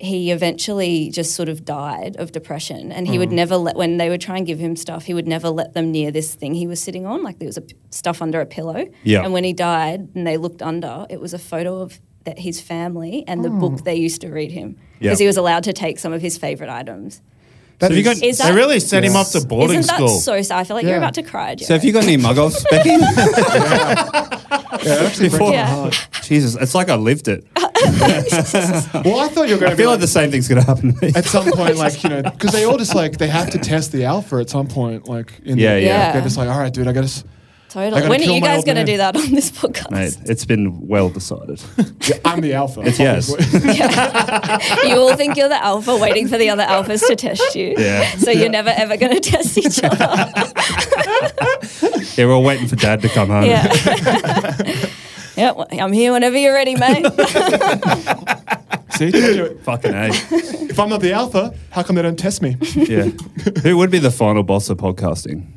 he eventually just sort of died of depression. And he Mm. would never let when they would try and give him stuff, he would never let them near this thing he was sitting on, like there was a p- stuff under a pillow. Yeah. And when he died, and they looked under, it was a photo of. That his family and the book they used to read him Mm. Yeah. because he was allowed to take some of his favorite items. So have you got? Is they that- really sent him off to boarding Isn't that school. so sad? I feel like Yeah. you're about to cry, Joe. So have you got any mug offs, Becky? Yeah, it actually breaks Before- my Yeah. heart. Jesus, it's like I lived it. I Well, I thought you were going to be feel like the same thing's going to happen to me. at some point, like you know, because they all just like they have to test the alpha at some point, like in Yeah, the, yeah. They're just like, all right, dude, I got to. I totally. gotta When are kill you my guys old going to man. do that on this podcast? Mate, it's been well decided. Yeah, I'm the alpha. It's yes. You all think you're the alpha, waiting for the other alphas to test you. Yeah. So you're never ever going to test each other. they were all waiting for Dad to come home. Yeah. yeah. well, I'm here whenever you're ready, mate. See, told you. Fucking A. if I'm not the alpha, how come they don't test me? Yeah. Who would be the final boss of podcasting?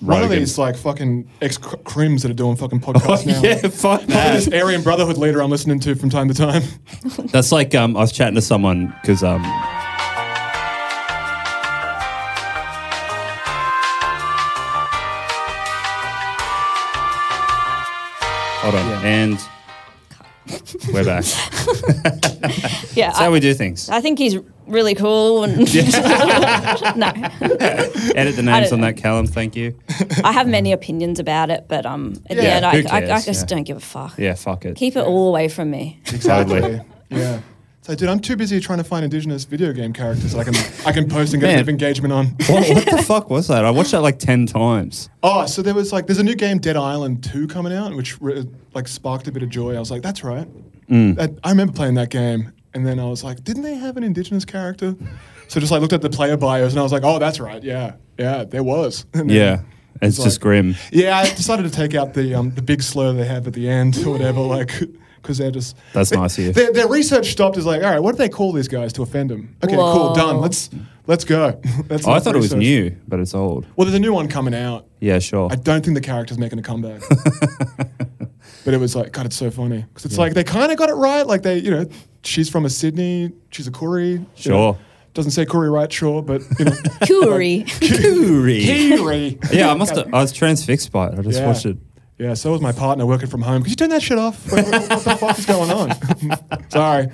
One of Rogan. Oh, these like fucking ex crims that are doing fucking podcasts now. yeah, fuck Probably that. This Aryan Brotherhood leader I'm listening to from time to time. That's like um, I was chatting to someone because um, hold on, and we're back. That's Yeah. how I, we do things. I think he's really cool. And no, Edit the names don't on know. that, Callum. Thank you. I have many opinions about it, but um, at Yeah, the who end, I, I, I cares? just Yeah. don't give a fuck. Yeah, fuck it. Keep it all away from me. Exactly. yeah. It's like, dude, I'm too busy trying to find indigenous video game characters that I can I can post and get Man. a bit of engagement on. what, what the fuck was that? I watched that like ten times. Oh, so there was like, there's a new game, Dead Island 2, coming out, which re- like sparked a bit of joy. I was like, that's right. Mm. That, I remember playing that game, and then I was like, didn't they have an indigenous character? So just like looked at the player bios, and I was like, oh, that's right. Yeah, yeah, there was. And then- Yeah, it's, just like- grim. yeah. I decided to take out the um, the big slur they have at the end or whatever, like. Because they're just That's nice of you. Their, their research stopped. Is like, all right, what do they call these guys to offend them? Okay, cool, Whoa. done. Let's Let's go. That's Oh, I enough thought it was research. new, but it's old. Well, there's a new one coming out. Yeah, sure. I don't think the character's making a comeback. but it was like, God, it's so funny. Because it's like, they kind of got it right. Like, they, you know, she's from a Sydney, she's a Koori. you know. Sure. doesn't say Koori right, sure, but, you know. Koori. Koori. yeah, I must. Have, I was transfixed by it. I just Yeah. watched it. Yeah, so was my partner working from home. Could you turn that shit off? Like, what, what the fuck is going on? Sorry.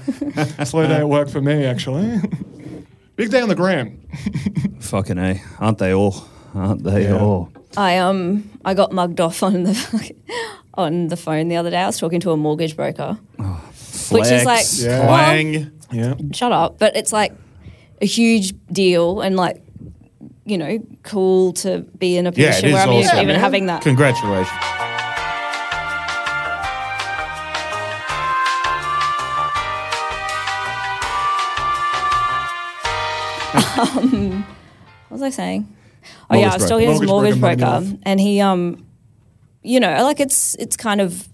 Slow day at work for me, actually. Big day on the gram. Fucking a, aren't they all? Aren't they Yeah. all? I um I got mugged off on the on the phone the other day. I was talking to a mortgage broker. Which is like- um, Flex. Yeah. Twang. Yeah. Shut up. But it's like a huge deal and like you know, cool to be in a Yeah, position it is where I'm awesome. even man. having that. Congratulations. What was I saying? Oh yeah, I was Mortgage talking to his broker. mortgage Mortgage broker, broker, and he, um, you know, like it's it's kind of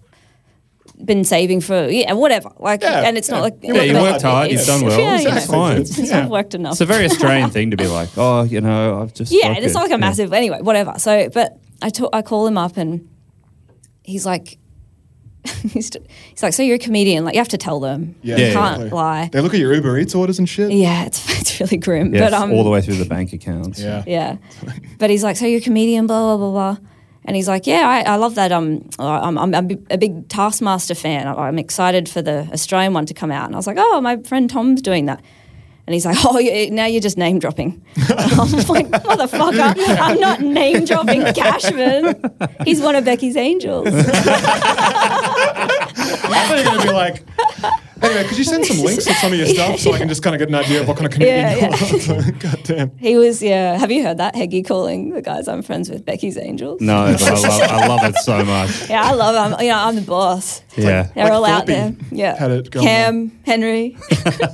been saving for yeah, whatever. Like, Yeah, and it's yeah. not like You worked Yeah, you hard. worked hard. You've it's- done well. Yeah, you know, It's fine. Exactly. it's- Yeah. I've worked enough. It's a very Australian thing to be like, oh, you know, I've just yeah, fucked and it's it. not like Yeah. a massive anyway, whatever. So, but I ta- I call him up and he's like, he's, t- he's like, so you're a comedian, like you have to tell them, Yeah, you yeah, can't exactly. lie. They look at your Uber Eats orders and shit. Yeah, it's it's really grim, Yes, but um, all the way through the bank accounts. Yeah. Yeah. But he's like, so you're a comedian, blah, blah, blah, blah. And he's like, yeah, I, I love that. Um, uh, I'm, I'm a bi- a big Taskmaster fan. I- I'm excited for the Australian one to come out. And I was like, oh, my friend Tom's doing that. And he's like, oh, you, now you're just name dropping. I'm like, motherfucker, I'm not name dropping Cashman. He's one of Becky's angels. I thought you were going to be like, anyway, could you send some links to some of your stuff so I can just kind of get an idea of what kind of comedian Yeah, you are? God damn. He was, yeah. Have you heard that? Heggy calling the guys I'm friends with Becky's angels. No, but I love, I love it so much. Yeah, I love him. You know, I'm the boss. Yeah. They're Like all out Thorpe there. Yeah. had it going Cam, Henry.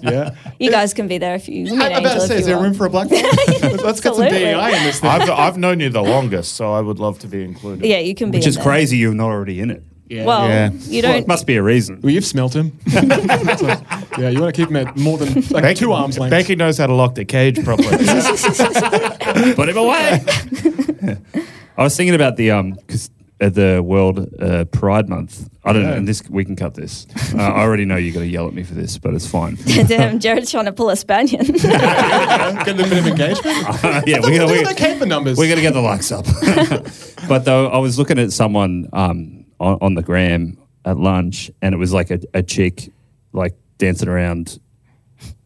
Yeah. You guys can be there if you. I'm about to say, is there room for a black man? Let's, let's get some Absolutely. DEI in this thing. I've, I've known you the longest, so I would love to be included. Yeah, you can be. Which in is there. crazy you're not already in it. Well, Yeah. you Well, don't. it must be a reason. Well, you've smelt him. yeah, you want to keep him at more than like Becky- two arms length. Becky knows how to lock the cage properly. Put him away. I was thinking about the um 'cause at the World uh, Pride Month. I don't know. Yeah. And this we can cut this. Uh, I already know you're going to yell at me for this, but it's fine. Damn, Jared's trying to pull a Spaniard. Get a little bit of engagement. Uh, yeah, we're Look going at the caper numbers. to get the likes up. but though I was looking at someone um, on, on the gram at lunch, and it was like a, a chick like dancing around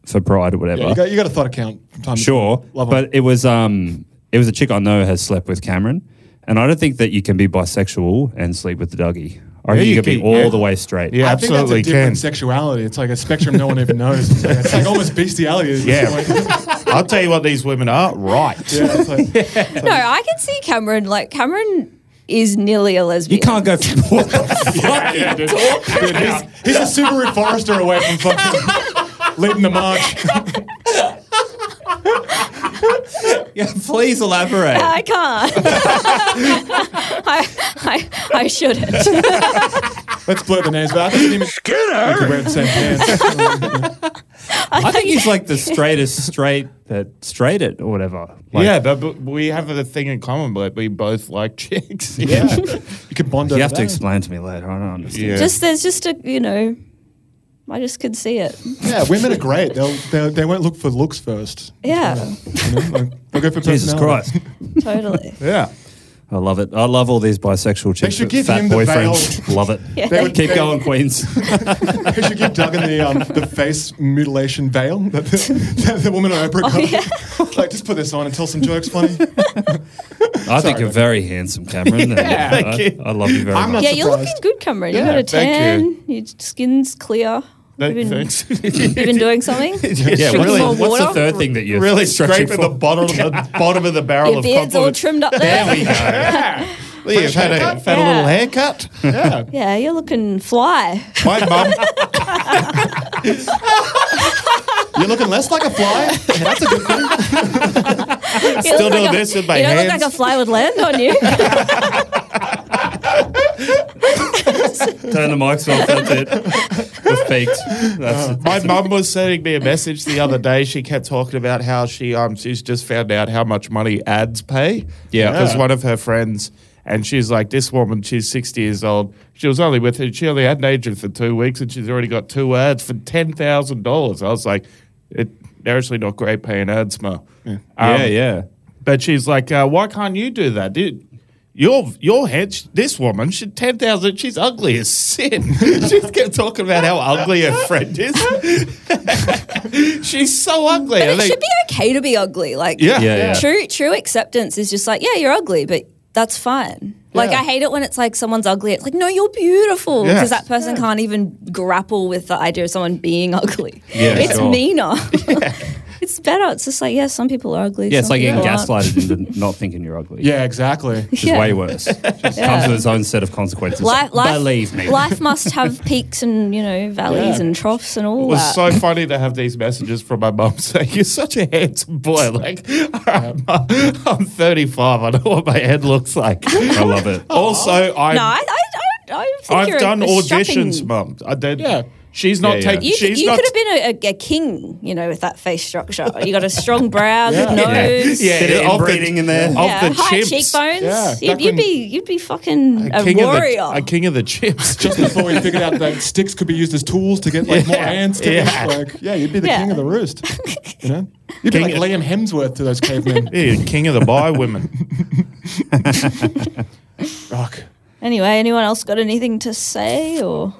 for Pride or whatever. Yeah, you, got, you got a thought account from time sure, to time. Love 'em. but it was um, it was a chick I know has slept with Cameron, and I don't think that you can be bisexual and sleep with the Dougie. I think you you can be can, all yeah. the way straight. Yeah, I think that's a absolutely different can. sexuality. It's like a spectrum no one even knows. It's like, it's like almost bestiality. It's Yeah. like- I'll tell you what, these women are right. yeah, it's like- no, I can see Cameron. Like Cameron is nearly a lesbian. You can't go. From, what the fuck? yeah, dude. Dude, he's, he's a Subaru Forester away from fucking leading the march. Yeah, please elaborate. I can't. I, I, I shouldn't. Let's blur the names, but I think even Skinner. We could wear the same pants. I think he's like the straightest straight that straight it or whatever. Like, yeah, but, but we have a thing in common, but we both like chicks. yeah, you could bond. You over have to that. explain to me later. I don't understand. Just there's just a you know, I just could see it. Yeah, women are great. They'll, they'll they won't look for looks first. Yeah, You know? like, they'll go for Jesus personality. Christ. totally. yeah. I love it. I love all these bisexual chicks. should with give fat him the boyfriends. Love it. Yeah. They would- Keep they- going, Queens. They should give Duggan the um, the face mutilation veil that the, that the woman on Oprah Oh, got. like, just put this on and tell some jokes funny. I think you're very handsome, Cameron. yeah, thank you. I, I love you very I'm not much. Yeah, surprised. you're looking good, Cameron. you you Yeah, got a thank you. tan. Your skin's clear. No, You've been, thanks. you've been doing something. yeah, Drinking really, more what's the water? third thing that you're really stretching scraping the for? bottom of the bottom of the barrel Your of beard's all compliments. trimmed up there. Lee, You've had, a, had a Yeah. little haircut. Yeah. yeah, you're looking fly. My mum, You're looking less like a fly. That's a good thing. Still doing this with my You don't look hands? like a fly would land on you. Turn the mics off. That's it. the faked. That's it. My mum was sending me a message the other day. She kept talking about how she um she's just found out how much money ads pay. Yeah. because Yeah. one of her friends, and she's like, this woman, she's sixty years old. She was only with her. She only had an agent for two weeks, and she's already got two ads for ten thousand dollars. I was like, it, they're actually not great paying ads, ma. Um, yeah, yeah. But she's like, uh, why can't you do that, dude? Your your head, sh- this woman, she ten thousand. She's ugly as sin. she's kept talking about how ugly her friend is. she's so ugly. But I it think- should be okay to be ugly. Like, Yeah. Yeah, yeah. True, true acceptance is just like, yeah, you're ugly, but that's fine. Like, I hate it when it's like someone's ugly. It's like, no, you're beautiful Yeah. because that person can't even grapple with the idea of someone being ugly. Yeah, it's sure. meaner. It's better. It's just like, yeah, some people are ugly. Yeah, it's some like getting people aren't. gaslighted into not thinking you're ugly. Yeah, exactly. Which is Yeah. way worse. Comes with its own set of consequences. Life, life, Believe me. life must have peaks and you know valleys Yeah. and troughs and all It was that. so funny to have these messages from my mum saying, You're such a handsome boy. Like, all right, Ma, I'm 35. I know what my head looks like. I love it. also, I'm, no, I, I, I, don't- I don't think you're I've a- done a auditions, strapping- mum. I did. Yeah. She's not Yeah, yeah. taking. You, she's you not could have been a, a, a king, you know, with that face structure. You got a strong brow, good nose. Yeah, Bit of of the- inbreeding in there. of Yeah, the high chimps. cheekbones. Yeah, you'd, back you'd when- be you'd be fucking a, king warrior. Of the, a king of the chips. Just before we figured out that sticks could be used as tools to get like more hands to yeah. yeah. like yeah, you'd be the Yeah. king of the roost. You know? You'd be like King of- Liam Hemsworth to those cavemen. yeah, you're king of the bi women. Fuck. anyway, anyone else got anything to say? Or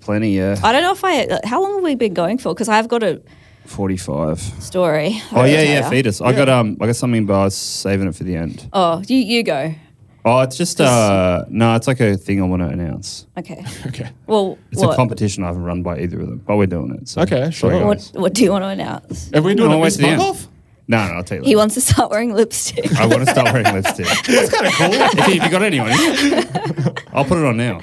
Plenty, yeah. I don't know if I. How long have we been going for? Because I've got a 45. story. Oh, yeah, I'll yeah, tell ya. fetus. I got um, I got something, but I was saving it for the end. Oh, you you go. Oh, it's just, uh, no, it's like a thing I want to announce. Okay. Okay. Well, It's what, a competition I haven't run by either of them, but we're doing it. So. Okay, sure. Sorry, what guys. what do you want to announce? Are we doing No, a wait Miss till the end. Mongoff? No, no, I'll tell you. He later. wants to start wearing lipstick. I want to start wearing lipstick. That's kind of cool. if you got anyone, I'll put it on now.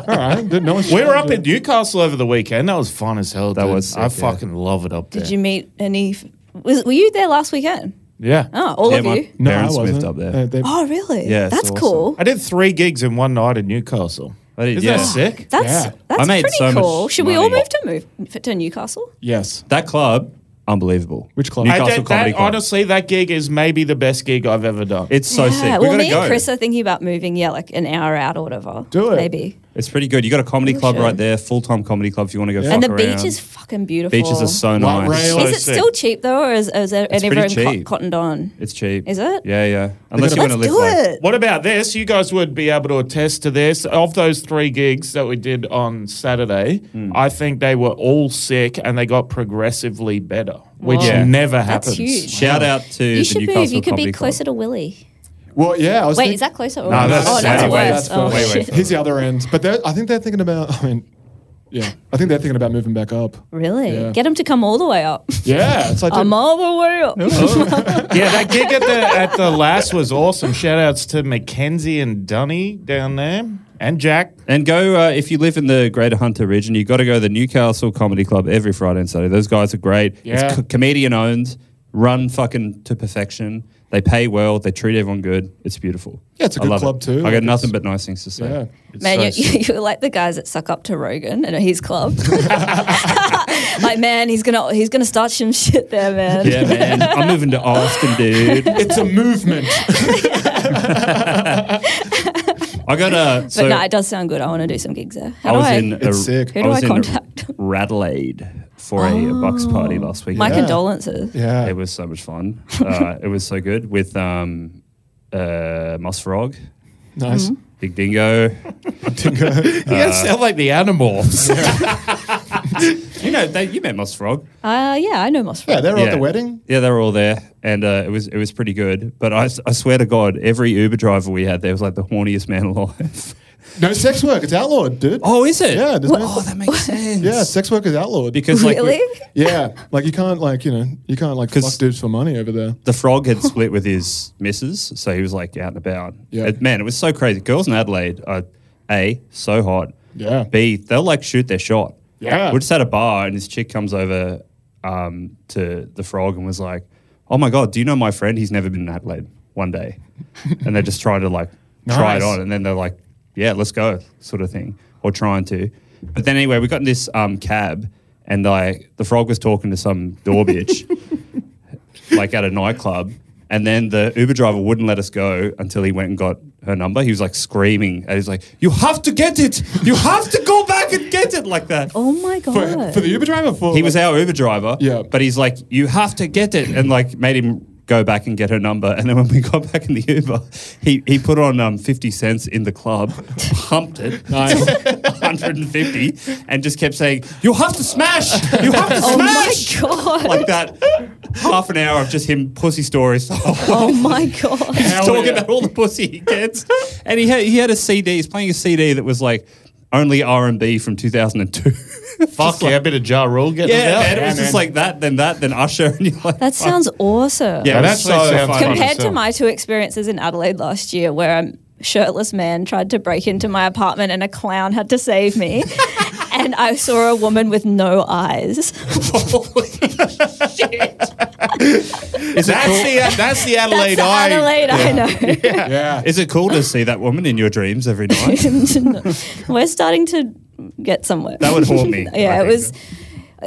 All right. Didn't know We were up in Newcastle over the weekend. That was fun as hell. That dude. was sick, I yeah. fucking love it up there. Did you meet any? f- Was, were you there last weekend? Yeah. Oh, all Yeah, of my you. No, I parents moved wasn't. up there. Uh, they- Oh, really? Yeah, it's that's awesome. cool. I did three gigs in one night in Newcastle. I did, Isn't yeah. that sick? That's Yeah. that's I made pretty so much cool. Should we all money. move to move to Newcastle? yes. That club, unbelievable. Which club? I Newcastle I did, Comedy that, Club. honestly, that gig is maybe the best gig I've ever done. it's so yeah. sick. We Well, gotta me go. and Chris are thinking about moving. Yeah, like an hour out or whatever. Do it. Maybe. It's pretty good. You got a comedy club should. right there, full time comedy club. If you want to go, and the fuck beach around. is fucking beautiful. beaches are so Light nice. rail. so Is it sick. still cheap though, or is, or is, it- and pretty everyone co- cheap. cottoned on? It's cheap. Is it? Yeah, yeah. Unless you want Let's to do live like it. What about this? You guys would be able to attest to this. Of those three gigs that we did on Saturday, Hmm. I think they were all sick and they got progressively better, which Wow. Yeah. never That's happens. huge. Shout out to You the should Newcastle move. You could Comedy be Club. closer to Willie. Well, yeah. I was Wait, thinking- is that closer? Or No, that's- oh, that's that's way- worse. that's oh, way- way shit. further. Here's the other end. But they're, I think they're thinking about. I mean, yeah. I think they're thinking about moving back up. Really? Yeah. Get him to come all the way up. Yeah. It's like I'm all the way up. yeah, that gig at the at the last was awesome. Shout outs to Mackenzie and Dunny down there and Jack. And go uh, if you live in the Greater Hunter region, you've got to go to the Newcastle Comedy Club every Friday and Saturday. Those guys are great. Yeah. It's co- comedian owned, run fucking to perfection. They pay well. They treat everyone good. It's beautiful. Yeah, it's a I good love club it. too. I Like, got it's- nothing but nice things to say. yeah. Man, so you you, you're like the guys that suck up to Rogan and his club. like, man, he's gonna he's gonna start some shit there, man. Yeah, man. I'm moving to Austin, dude. It's a movement. I got a. But So no, it does sound good. I want to do some gigs there. How do I was I? in. It's a, sick. Who I do was I in contact? Oh. Radelaide for a, a box party last week. My Yeah. condolences. Yeah. It was so much fun. Uh, it was so good with um, uh, Moss Frog, nice. Mm-hmm. Big Dingo. yeah, sound like the animals. You know, they, you met Moss Frog. Uh, yeah, I know Moss. Yeah. Frog. They were at the wedding. Yeah, they were all there, and uh, it was it was pretty good. But I, s- I swear to God, every Uber driver we had there was like the horniest man alive. No sex work. It's outlawed, dude. Oh, is it? Yeah. there's no- Oh, that makes sense. yeah. Sex work is outlawed. because like really? yeah. Like you can't like you know you can't like 'Cause- fuck dudes for money over there. the frog had split with his missus, so he was like out and about. Yeah. It- man, it was so crazy. Girls in Adelaide are a so hot. Yeah. B they'll like shoot their shot. Yeah. We're just at a bar, and this chick comes over um, to the frog and was like, "Oh my god, do you know my friend? He's never been in Adelaide one day," and they're just trying to like try it Nice. on, and then they're like, "Yeah, let's go," sort of thing, or trying to. But then anyway, we got in this um, cab, and like the frog was talking to some door bitch, like at a nightclub. And then the Uber driver wouldn't let us go until he went and got her number. He was like screaming, and he's like, "You have to get it! You have to go back and get it!" Like that. Oh my god. For, for the Uber driver? For, He was our Uber driver. Yeah. But he's like, you have to get it, and like made him go back and get her number. And then when we got back in the Uber, he he put on um, fifty cents in the club, pumped it, nice. hundred and fifty, and just kept saying, you have to smash, you have to oh smash, my god. like that. Half an hour of just him pussy stories. Oh my god. He's talking about all the pussy he gets. And he had he had a CD. He's playing a CD that was like only R and B from 2002. Fuck yeah, a bit of Ja Rule getting Yeah, out. man, it was just like that, then that, then Usher, and you're like, That sounds awesome. yeah, That that's actually so sounds fun. fun. Compared to yourself. my two experiences in Adelaide last year, where a shirtless man tried to break into my apartment and a clown had to save me, and I saw a woman with no eyes. Is it, That's cool, the, that's the Adelaide That's Adelaide, I know. Yeah. is it cool to see that woman in your dreams every night? We're starting to get somewhere. That would haunt me, I yeah, it think. was.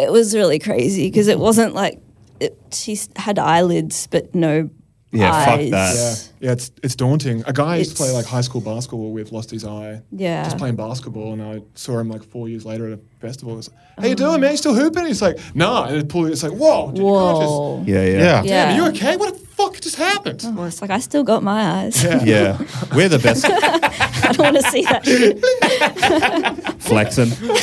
It was really crazy because it wasn't like it, she s- had eyelids but no Yeah, fuck eyes. that. Yeah, yeah, it's it's daunting. A guy I used to play It's- like high school basketball with lost his eye. Yeah. just playing basketball, and I saw him like four years later at a festival. It's like, how Oh. you doing, man? You still hooping? He's like, nah. And it pulled. It's like, whoa, dude, you can't just- Whoa. Yeah, Yeah. Yeah. Oh. Damn, are you okay? What the fuck just happened? Well, it's like I still got my eyes. Yeah. We're the best I don't want to see that. shit. flexing. I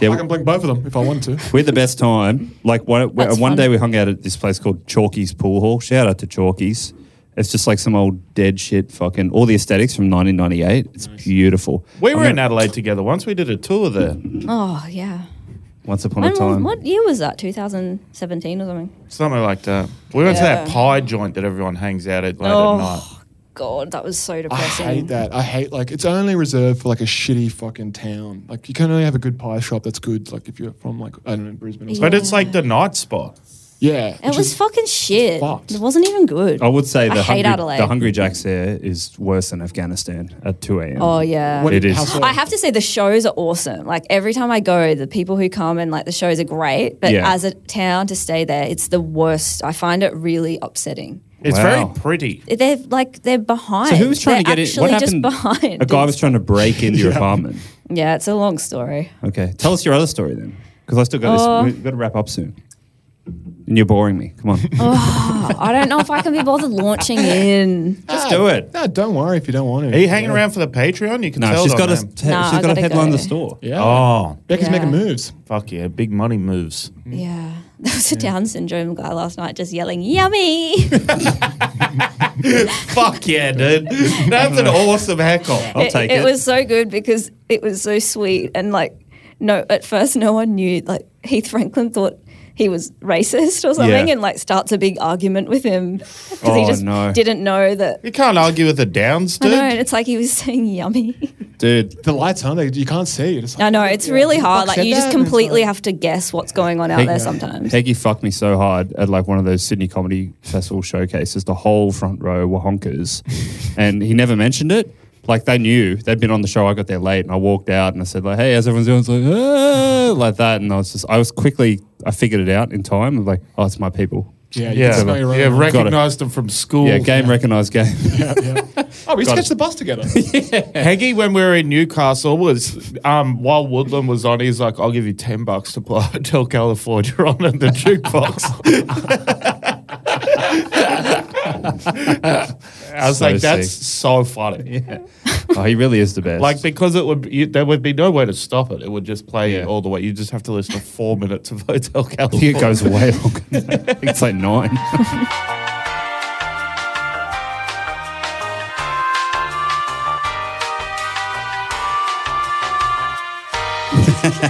can Yeah, blink both of them if I wanted to. we're the best time. Like one, one That's fun. day we hung out at this place called Chalky's Pool Hall. Shout out to Chalky's. It's just like some old dead shit fucking, all the aesthetics from 1998. It's beautiful. We were I in Adelaide together once. We did a tour there. Oh yeah. Once upon a When, time. what year was that? 2017 or something? Something like that. We went to that Yeah. pie joint that everyone hangs out at late Oh. at night. God, that was so I depressing. hate that. I hate like it's only reserved for like a shitty fucking town. Like you can only have a good pie shop that's good. Like if you're from like I don't know Brisbane or something. But it's like the night spot. Yeah, It which was is- fucking shit. fucked. It wasn't even good. I would say I the hate hungry, Adelaide. the Hungry Jacks there is worse than Afghanistan at 2 a.m. Oh yeah. What- It is. how so? I have to say the shows are awesome. Like every time I go, the people who come and like the shows are great. But Yeah. as a town to stay there, it's the worst. I find it really upsetting. It's Wow. very pretty. They're like they're behind. So who was trying They're to get in? actually Just behind. A guy was It's- trying to break into your apartment. yeah, it's a long story. Okay, tell us your other story then, because I still got Oh. this. We've got to wrap up soon, and you're boring me. Come on, Oh. I don't know if I can be bothered launching in. just do it. No, don't worry if you don't want to. Are you hanging around for the Patreon? You can No, tell she's them got a then. te- Nah, she's I got a gotta headline go. the store. Yeah, Oh, Becca's Yeah. making moves. fuck yeah. Big money moves. Yeah. There was a Down syndrome guy last night just yelling, yummy. fuck yeah, dude. That's an awesome heckle. I'll take it. it was so good because it was so sweet and like no at first no one knew like Heath Franklin thought he was racist or something Yeah. and like starts a big argument with him because Oh, he just no. didn't know that. You can't argue with the Downs, I dude. know, and it's like he was saying yummy. dude. The lights on. They, you can't see. It's like, I know, it's really hard. Like, said you just that? And it's completely like- have to guess what's going on out there sometimes. Peggy fucked me so hard at like one of those Sydney Comedy Festival showcases. The whole front row were honkers, and he never mentioned it. Like they knew they'd been on the show. I got there late, and I walked out and I said like, "Hey, how's everyone doing?" It's like, "Ah," like that, and I was just I was quickly I figured it out in time. I'm like, "Oh, it's my people." Yeah, you yeah, can smell your yeah, own- recognized them from school. Yeah, game recognized game. Oh, we just Got catch the bus together. Heggy, when we were in Newcastle, was um, while Woodland was on, he's like, "I'll give you ten bucks to play Hotel California on at the jukebox." I was So like, "That's sick. so funny!" oh, he really is the best. Like because it would, you, there would be no way to stop it. It would just play Yeah. it all the way. You just have to listen to four minutes of Hotel I California. think it goes way longer. than that. I think it's like nine.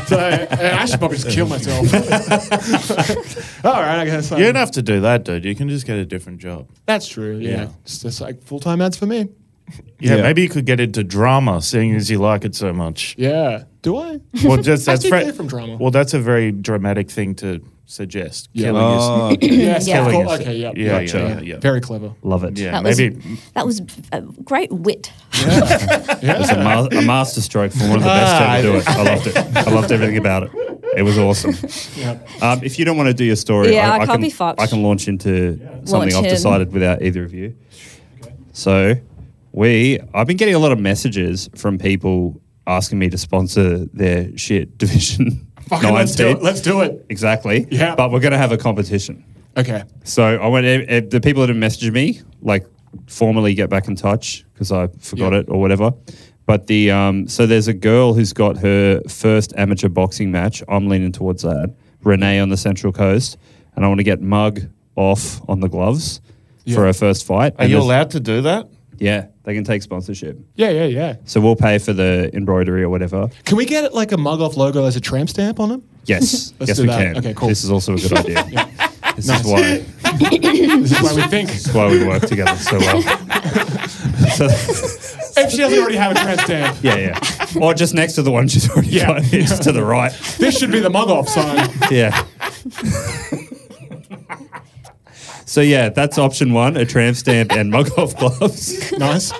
so uh, I should probably just kill myself. All right, I guess. um, You don't have to do that, dude. You can just get a different job. That's true. Yeah, Yeah. it's just like full time ads for me. Yeah, Yeah. maybe you could get into drama, seeing as you like it so much. Yeah. Do I? Well, just I that's stay fre- clear from drama. Well, that's a very dramatic thing to suggest. Yeah. Killing Oh, is. Yes, Yeah. of Killing course. is- Okay, yeah. Yeah, Gotcha. yeah, yeah. Very clever. Love it. Yeah, That was- maybe. That was uh, great wit. It's a, ma- a master stroke for one of the best Ah, to ever do it. I loved it. I loved everything about it. It was awesome. Yeah. Um, if you don't want to do your story, Yeah, I can't can, be fucked. I can launch into something Launch I've in. decided without either of you. So, we I've been getting a lot of messages from people asking me to sponsor their shit division. Fucking nine let's do team. it. Let's do it. exactly. Yeah. But we're going to have a competition. Okay. So I went. eh, eh, The people that have messaged me, like, formally get back in touch because I forgot Yeah. it or whatever. But the um, so there's a girl who's got her first amateur boxing match. I'm leaning towards that. Renee on the Central Coast, and I want to get Mug off on the gloves for Yeah. her first fight. Are And you there's- allowed to do that? Yeah, they can take sponsorship. Yeah, yeah, yeah. So we'll pay for the embroidery or whatever. Can we get like a mug off logo as a tramp stamp on him? Yes, Let's yes, do we that. can. Okay, cool. This is also a good idea. This Nice. is why. This is why we think. That's why we work together so well. so, if she doesn't already have a tramp stamp, Yeah, yeah. or just next to the one she's already Yeah. got. It's to the right. this should be the mug off sign. Yeah. so yeah, that's option one: a tramp stamp and mug off gloves Nice.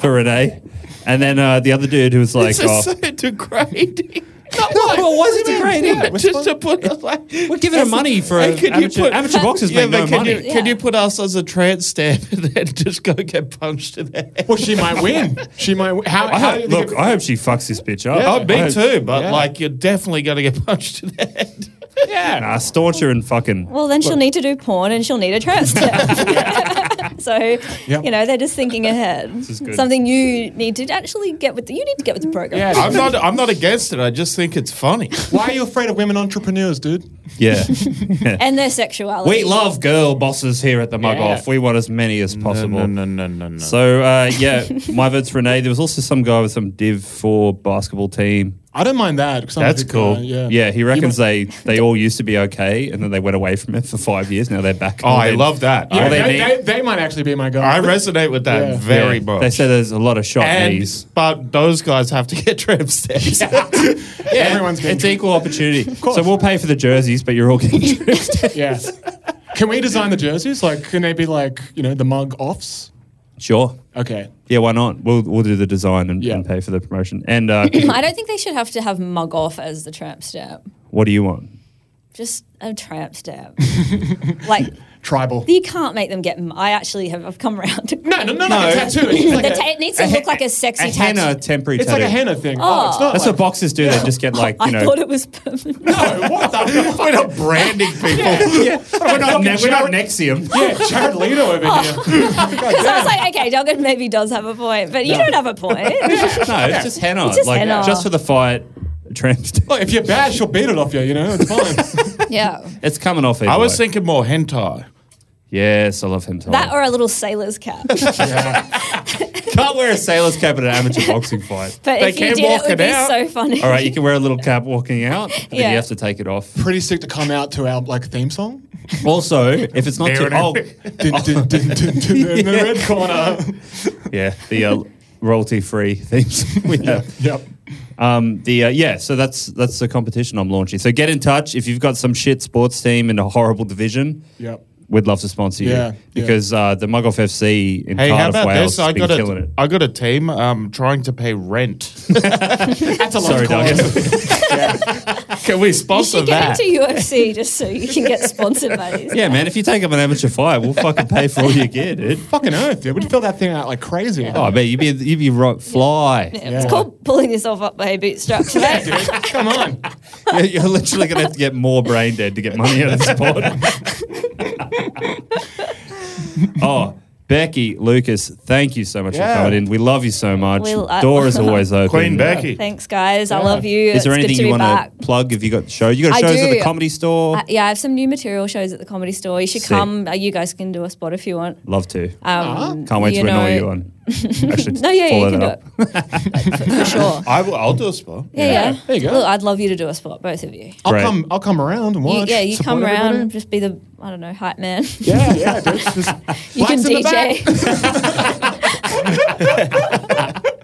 for Renee. And then uh, the other dude who was like, oh, degrading. no, well, why is it degrading? Yeah, just to put us like We're giving her money for Hey, could you amateur, put- amateur boxers yeah, make no but can money. you can Yeah. you put us as a trans stamp and then just go get punched in the head? Well, she might win. She might. Win. How, I how do hope, you look, think it- I hope she fucks this bitch up. Oh, I me hope- too, but Yeah. like you're definitely gonna get punched in the head. yeah. Nah, uh, staunch her and fucking. Well, then she'll need to do porn and she'll need a tramp stamp. so, Yep. you know, they're just thinking ahead. is good. Something you need to actually get with. The, you need to get with the program. Yeah. I'm not I'm not against it. I just think it's funny. Why are you afraid of women entrepreneurs, dude? Yeah. And their sexuality. we love girl bosses here at the Mug Off. We want as many as possible. no, no, no. So uh, yeah, my vote's Renee. There was also some guy with some Div Four basketball team. I don't mind that. 'cause I'm That's a big cool. guy, yeah. Uh, Yeah, he reckons might- they they all used to be okay, and then they went away from it for five years. Now they're back. Oh, I love that. Yeah, I, All they they, need- they- they might actually be my guy. I resonate with that Yeah. very much. They say there's a lot of shot knees. and, but those guys have to get tramp stamps. Everyone's getting. It's equal opportunity. So we'll pay for the jerseys, but you're all getting tripped. yeah. Can we design the jerseys? Like, can they be like you know the mug offs? sure. Okay. Yeah, why not? We'll we'll do the design and, Yeah. and pay for the promotion. And uh, I don't think they should have to have mug off as the tramp stamp. what do you want? Just a tramp stamp. like, Tribal. you can't make them get. m- I actually have. I've come around. no, no, not like a tattoo. It's, just like The a, ta- it needs to look like a sexy a tattoo. henna temporary it's like tattoo. a henna thing. Oh, it's Oh. not. That's like, what boxers do. They just get like you I know. thought it was permanent. No, what the? We're not branding people. yeah. We're not, ne- we're not Jared- Nexium. Yeah, Jared Leto over Oh. here. Because I was like, okay, Doggett maybe does have a point, but you don't have a point. No, it's just henna. It's just like henna. just for the fight, tramp stamp. Look, if you're bad, she'll beat it off you. You know, it's fine. yeah. It's coming off. I was thinking more hentai. yes, I love him. Tom. That or a little sailor's cap. But can't wear a sailor's cap at an amateur boxing fight. They if you can did, it walk would it be out. so funny. All right, you can wear a little cap walking out, but then Yeah. you have to take it off. Pretty sick to come out to our like theme song. Also, if it's not too oh, Dun, dun, dun, dun, dun, in the red corner. yeah, the uh, royalty free themes we have. Yep. Um, the uh, yeah, so that's that's the competition I'm launching. So get in touch if you've got some shit sports team in a horrible division. Yep. We'd love to sponsor you Yeah, yeah. because Uh, the Mug Off FC in Hey, how Cardiff, about Wales, this? I has been got killing a, it. I got a team um, trying to pay rent. That's a Sorry, long call. Doug. Can we You sponsor should get that? into UFC just so you can get sponsored buddies. yeah, man, if you take up an amateur fight, we'll fucking pay for all your gear, dude. Fucking earth, dude. We'd fill that thing out like crazy. Oh, I bet you'd be you'd be right fly. It's called pulling yourself up by your bootstraps. right? come on. You're- You're literally going to have to get more brain dead to get money out of this pod. oh, Becky, Lucas, thank you so much Yeah. for coming in. We love you so much. We'll- uh, I- Door is always open. Queen Becky. Thanks, guys. I love you. Is there it's good anything to you be want back. to plug? Have you got shows? You got I shows at the do. comedy store? Uh, yeah, I have some new material shows at the comedy store. You should Sick. come. Uh, you guys can do a spot if you want. Love to. Um, Can't wait you to annoy know- you on. Actually, No, yeah, yeah, follow you can that do up. it. For sure. I will, I'll do a spot. Yeah, yeah. There you go. Look, I'd love you to do a spot, both of you. I'll Great. come. I'll come around and You- watch. yeah, you Oh, support come around and everybody. just be the I don't know hype man. Yeah, yeah. Dude, just you can blacks in the back. DJ.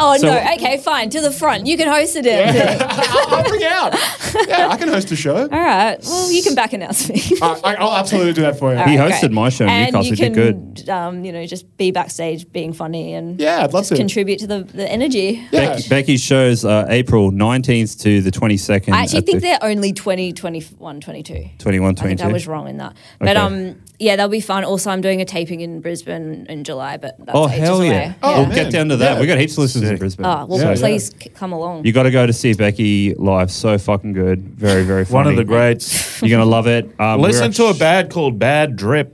Oh So- no. Okay, fine. To the front. You can host it in. I'll bring it out. Yeah, I can host a show. All right. Well, you can back announce me. I, I- I'll absolutely do that for you. He All hosted my show in and Newcastle, You he can, did Um, you know, just be backstage, being funny, and Yeah, I'd love just to. contribute to the, the energy. Yeah. Becky, Becky's shows are April 19th to the 22nd. I actually at think the they're only 20, 21, 22. 21, I think 22. I was wrong in that. But Okay. um, yeah, that'll be fun. Also, I'm doing a taping in Brisbane in July, but that's Oh, ages hell away. yeah. Oh, we'll man. get down to that. Yeah. we got heaps of listeners in Brisbane. Oh, well, Yeah. please c- come along. You got to go to see Becky live. So fucking good. Very, very funny. One of the greats. You're going to love it. Um, we're Listen act- to a band called Bad Drip.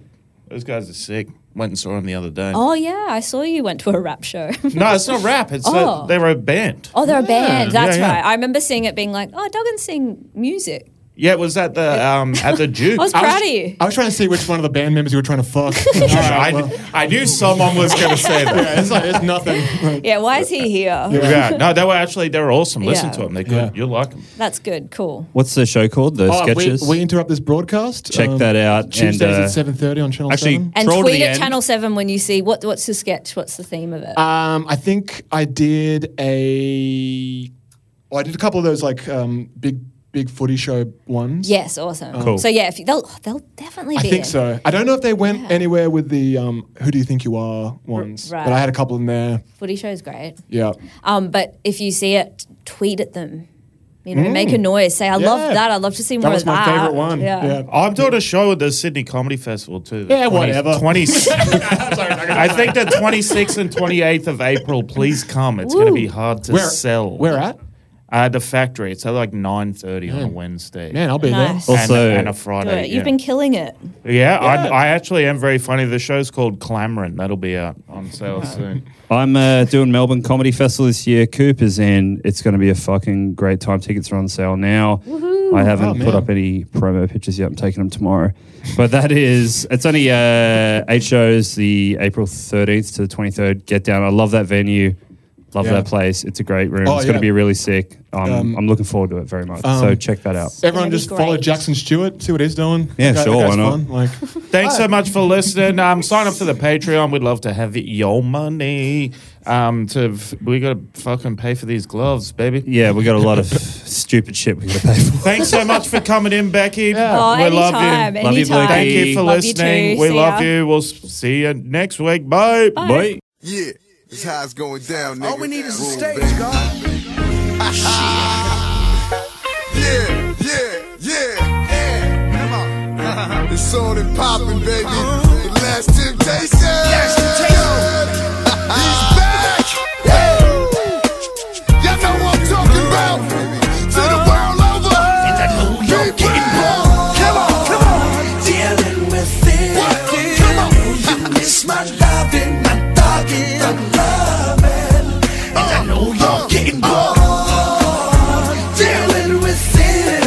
Those guys are sick. Went and saw them the other day. oh, yeah, I saw you went to a rap show. No, it's not rap. It's Oh. that they were a band. oh, they're a band. That's yeah, yeah. right. I remember seeing it being like, oh, Duggan sing music. Yeah, it was at the um at the Duke. I was proud of you. I was trying to see which one of the band members you were trying to fuck. I, I knew someone was going to say that. yeah, it's like it's nothing. Like, Yeah, why is he here? Yeah. No, they were actually they were awesome. Listen Yeah. to them. They're good. Yeah. You'll like them. That's good. Cool. What's the show called? The oh, we, Sketches? we interrupt this broadcast. um, Check that out, and, Tuesdays uh, at seven thirty on Channel actually- Seven. And Troll to tweet the at end. Channel 7 when you see what what's the sketch? What's the theme of it? Um, I think I did a. Well, I did a couple of those like um, big big footy show ones. yes, awesome. Cool. So, yeah, if you, they'll, they'll definitely I be think in. so. I don't know if they went anywhere with the um, "Who Do You Think You Are" ones, right. but I had a couple in there. Footy show's great. Yeah, Um, but if you see it, tweet at them. You know, make a noise. Say, I Mm. Yeah. love that. I'd love to see that more was of my that. favorite one. Yeah, I'm doing a show at the Sydney Comedy Festival too. Yeah, whatever. Twenty. I think the 26th and 28th of April. Please come. It's going to be Woo. hard to Where- sell. where at? Uh, the factory. It's at like 9:30 on a Wednesday. Man, I'll be Nice. there. And, Also- and a Do Friday. it. You've been killing it. yeah, Yeah. I, I actually am very funny. The show's called Clamorin. That'll be out on sale soon. I'm uh, doing Melbourne Comedy Festival this year. Cooper's in. It's going to be a fucking great time. Tickets are on sale now. I haven't Oh, put man. up any promo pictures yet. I'm taking them tomorrow. But that is, it's only uh, eight shows, the April 13th to the 23rd. Get down. I love that venue. Love Yeah. that place. It's a great room. Oh, it's going to yeah. be really sick. Um, Um, I'm looking forward to it very much. um, so check that out. Everyone That'd be just follow great. Jackson Stewart, see what he's doing. Yeah, That guy- sure, that guy's why not? fun. Like, Thanks so much for listening. Um, sign up for the Patreon. We'd love to have your money. Um, to f- we got to fucking pay for these gloves, baby. Yeah, we got a lot of stupid shit we got to pay for. Thanks so much for coming in, Becky. Oh, we love anytime. you. Love you, anytime. Blakey. Thank you for Love you listening. too. we See love ya. you. We'll s- see you next week. Bye. Bye. Yeah, that's how it's going down, nigga. All we need is a Rule, stage, baby. God. Yeah, yeah, yeah, yeah. It's on and popping, baby. The last temptation. Last temptation. He's back. Yeah. Y'all know what I'm talking about. To the world over. Keep it going. Come on, come on. Dealing with it. What? Come on. You miss my love and my dog and I'm loving. And I know you're getting bored. Dealing with it.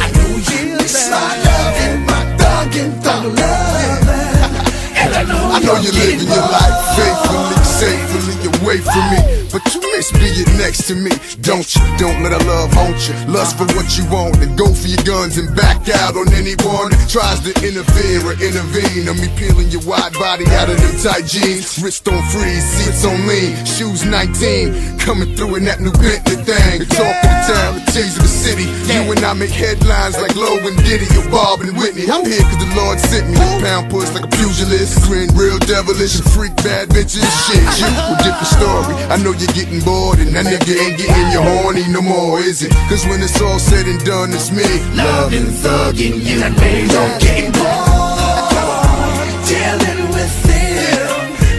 I know you miss my love and my dog and I'm loving. And I know I know you're you're getting living your life faithfully, safely away from me. But you miss being next to me, don't you? Don't let her love haunt you. Lust for what you want and go for your guns and back out on anyone that tries to interfere or intervene. I'm me peeling your wide body out of them tight jeans. Wrist on freeze, seats on lean, shoes 19. Coming through in that new Bentley thing. The talk of the town, the tease of the city. You and I make headlines like Lowe and Diddy or Bob and Whitney. I'm here cause the Lord sent me. Pound push like a pugilist. Grin real devilish and freak bad bitches. Shit, you a different story. I know you're getting bored and that nigga ain't getting you horny no more, is it? Cause when it's all said and done, it's me. Loving, thugging you. Don't get getting bored. Dealing with it.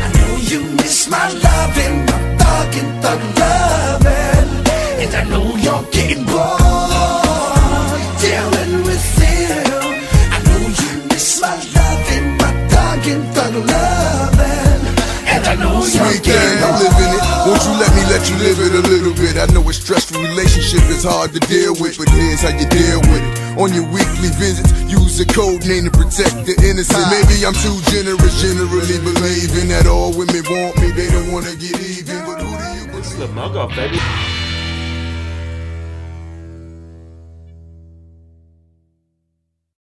I know you miss my loving, my thugging, thug loving. And I know you're getting bored. Dealing with it. I know you miss my loving, my thugging, thug loving. And I know you're sweet thing, getting I'm living it. Won't you let me let you live it a little bit? I know a stressful relationship is hard to deal with, but here's how you deal with it. On your weekly visits, use a code name to protect the innocent. Maybe I'm too generous, generally believing that all women want me, they don't wanna get even. But who do you believe? It's the mug off, baby.